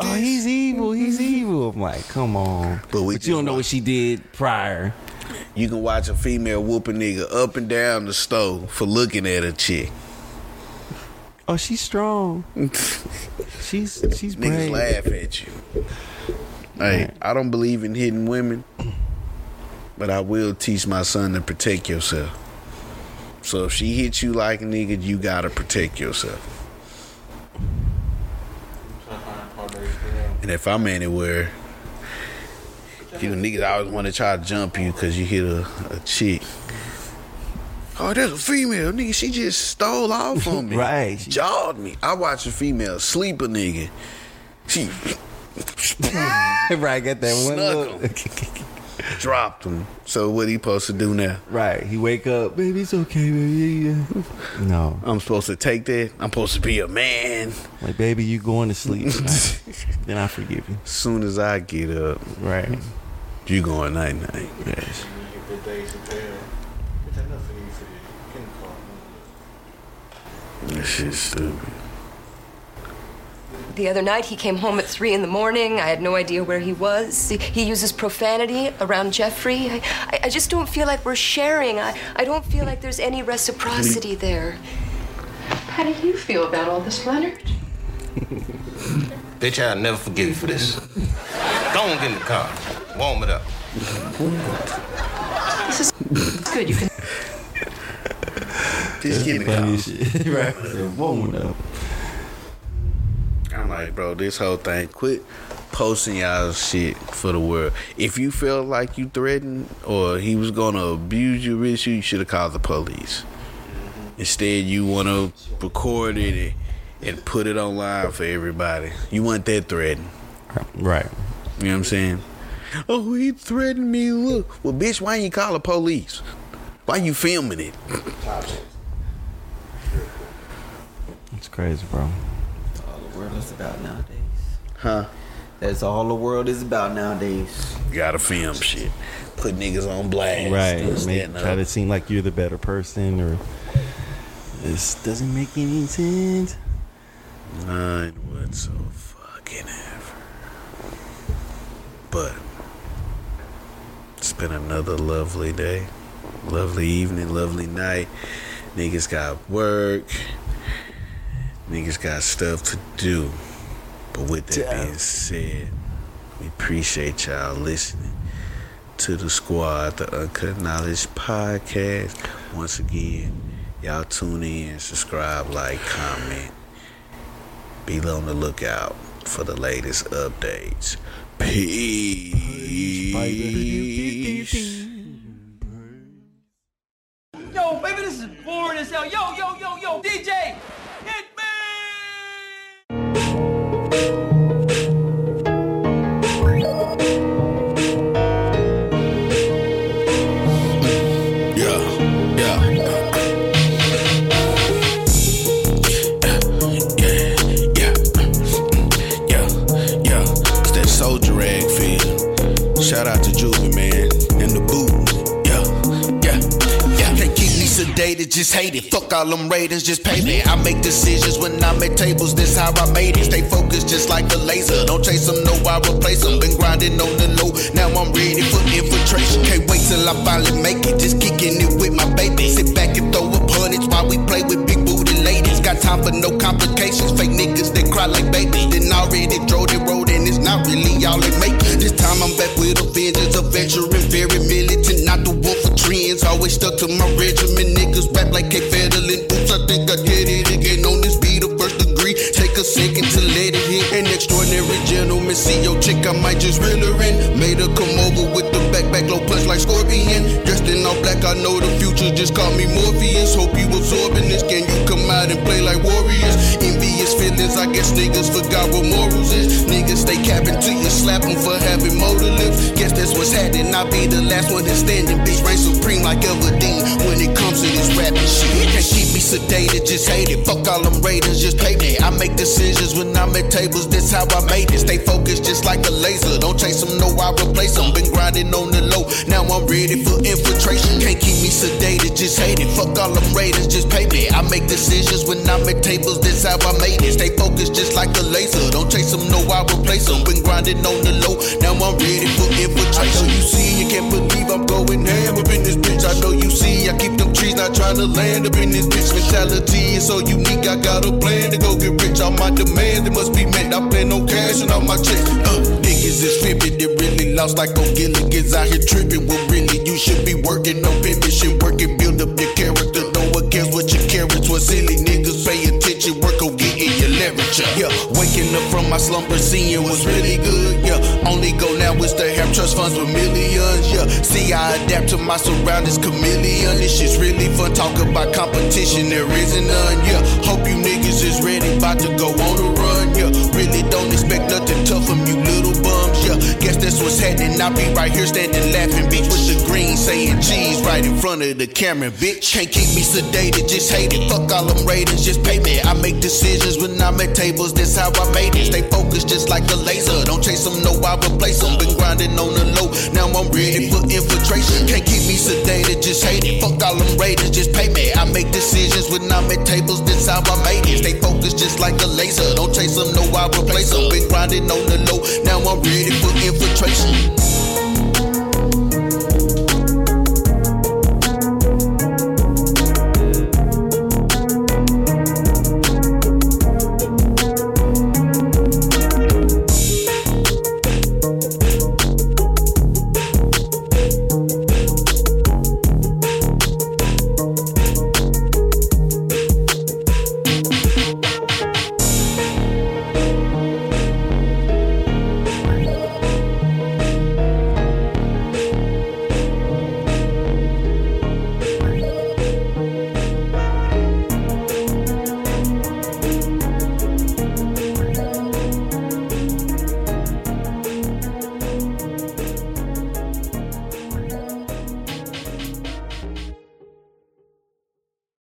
Speaker 4: Oh, he's evil, he's evil. I'm like, come on.
Speaker 2: But we
Speaker 4: but you don't know what she did prior.
Speaker 2: You can watch a female whoop a nigga up and down the stove for looking at a chick.
Speaker 4: Oh, she's strong. She's she's
Speaker 2: Niggas
Speaker 4: brave.
Speaker 2: laugh at you. Hey, I don't believe in hitting women, but I will teach my son to protect yourself. So if she hits you like a nigga, you gotta protect yourself. And if I'm anywhere, you niggas always want to try to jump you because you hit a, a chick. Oh, there's a female nigga. She just stole off on me.
Speaker 4: Right.
Speaker 2: jawed me. I watch a female sleep a nigga. She
Speaker 4: right, got that one
Speaker 2: Snuggle.
Speaker 4: look.
Speaker 2: dropped him. So what he supposed to do now?
Speaker 4: right. He wake up, baby, it's okay, baby. Yeah, yeah." No.
Speaker 2: I'm supposed to take that. I'm supposed to be a man.
Speaker 4: Like, baby, you going to sleep. tonight. then I forgive you.
Speaker 2: Soon as I get up,
Speaker 4: Right.
Speaker 2: you going night night.
Speaker 4: Yes.
Speaker 2: That shit's stupid.
Speaker 10: The other night, he came home at three in the morning. I had no idea where he was. He- He uses profanity around Jeffrey. I, I- I just don't feel like we're sharing. I, I don't feel like there's any reciprocity there. How do you feel about all this, Leonard?
Speaker 1: Bitch, I'll never forgive you for this. Don't get in the car. Warm it up.
Speaker 10: This is good. You can
Speaker 2: Just get in the
Speaker 4: Funny
Speaker 2: car.
Speaker 4: shit. right. Woman up.
Speaker 2: I'm like, bro, this whole thing. Quit posting y'all shit for the world. If you felt like you threatened or he was gonna abuse you, rich you, you should have called the police. Instead, you want to record it and put it online for everybody. You want that threatened.
Speaker 4: Right.
Speaker 2: You know what I'm saying? Oh, he threatened me. Look, well, bitch, why you call the police? Why you filming it?
Speaker 4: It's crazy, bro.
Speaker 5: all the world is about nowadays.
Speaker 2: Huh?
Speaker 5: That's all the world is about nowadays.
Speaker 2: You gotta film shit. Put niggas on blast.
Speaker 4: Right.
Speaker 2: This,
Speaker 4: Make,
Speaker 2: that, and the
Speaker 4: try to seem like you're the better person or this doesn't make any sense.
Speaker 2: Nine would so fucking ever. But it's been another lovely day, lovely evening, lovely night. Niggas got work. Niggas got stuff to do. But with that being said, we appreciate y'all listening to the squad, the Uncut Knowledge Podcast. Once again, y'all tune in, subscribe, like, comment. Be on the lookout for the latest updates. Peace.
Speaker 11: Yo, baby, this is boring as hell. Yo, yo, yo, yo, DJ, hit me!
Speaker 1: Yeah, yeah. Yeah, Mm, yeah, yeah. Cause that soldier rag feel. Shout out to Juvie, man. And the boot. Yeah, yeah, yeah. They keep me sedated, just hate it. Fuck all them ratings, just pay me. I make decisions when I'm at tables. This how I made it. Stay focused just like a laser. Don't chase them, no, I replace them. Been grinding on the low. Now I'm ready for infiltration. Can't wait till I finally make it. Just kicking it with my baby. Sit back and throw up hundreds while we play with big booty ladies. Got time for no complications. Fake niggas that cry like babies. Then already drove the road and it's not really all it make. This time I'm back with a vengeance. A veteran, very militant. Not the one for trends. Always stuck to my regimen. Niggas rap like K. Federlin. Oops, I think think E I might just reel her in. Made her come over with the back, back low punch like Scorpion. Dressed in all black, I know the future just call me Morpheus. Hope you absorbing this. Can you come out and play like Warriors? Envious feelings, I guess niggas forgot what morals is. Niggas stay capping to you, slap 'em for having motor lips. Guess that's what's happening. I'll be the last one that's standing. Bitch, reign supreme like Everdeen when it comes to this rapping shit. Can she be sedated? Just hate it. Fuck all them ratings, just pay me. I make decisions when I'm at tables. That's how I made it. Stay focused just like a laser. Don't chase them, no, I replace them. Been grinding on the low. Now I'm ready for infiltration. Can't keep me sedated, just hate it. Fuck all them ratings, just pay me. I make decisions when I'm at tables. That's how I made it. Stay focused just like a laser. Don't chase them, no, I replace them. Been grinding on the low. Now I'm ready for infiltration. I know you see, you can't believe I'm going ham up in this bitch. I know you see, I keep them trees not trying to land up in this bitch. Mentality is so unique. I got a plan to go get rich. All my demands, it must be met. I plan no cash and all my checks. Uh, niggas is fibbing, they really lost like O'Gilligan's out here tripping. Well, really, you should be working on ambition, working, build up your character. No one cares what your carrots were. Silly niggas pay attention, work on getting your literature. Yeah, waking up from my slumber, seeing what's really good. Yeah, only go now is to have trust funds with millions. Yeah, see, I adapt to my surroundings, chameleon. This shit's really fun. Talk about competition, there isn't none. Yeah, hope you niggas is ready, about to go on the run. Yeah, really don't expect nothing tough from you little bums. Yeah, guess that's what's happening. I be right here standing laughing, bitch, with the green saying cheese right in front of the camera, bitch. Can't keep me sedated, just hate it. Fuck all them ratings, just pay me. I make decisions when I'm at tables, that's how I made it. Stay focused just like a laser. Don't chase them, no, I replace them. Been grinding on the low, now I'm ready for infiltration. Can't keep me sedated, just hate it. Fuck all them ratings, just pay me. I make decisions when I'm at tables, that's how I made it. Stay focused just like a laser. Don't chase them, no, I replace them. Been grinding on the low, now I'm ready for infiltration.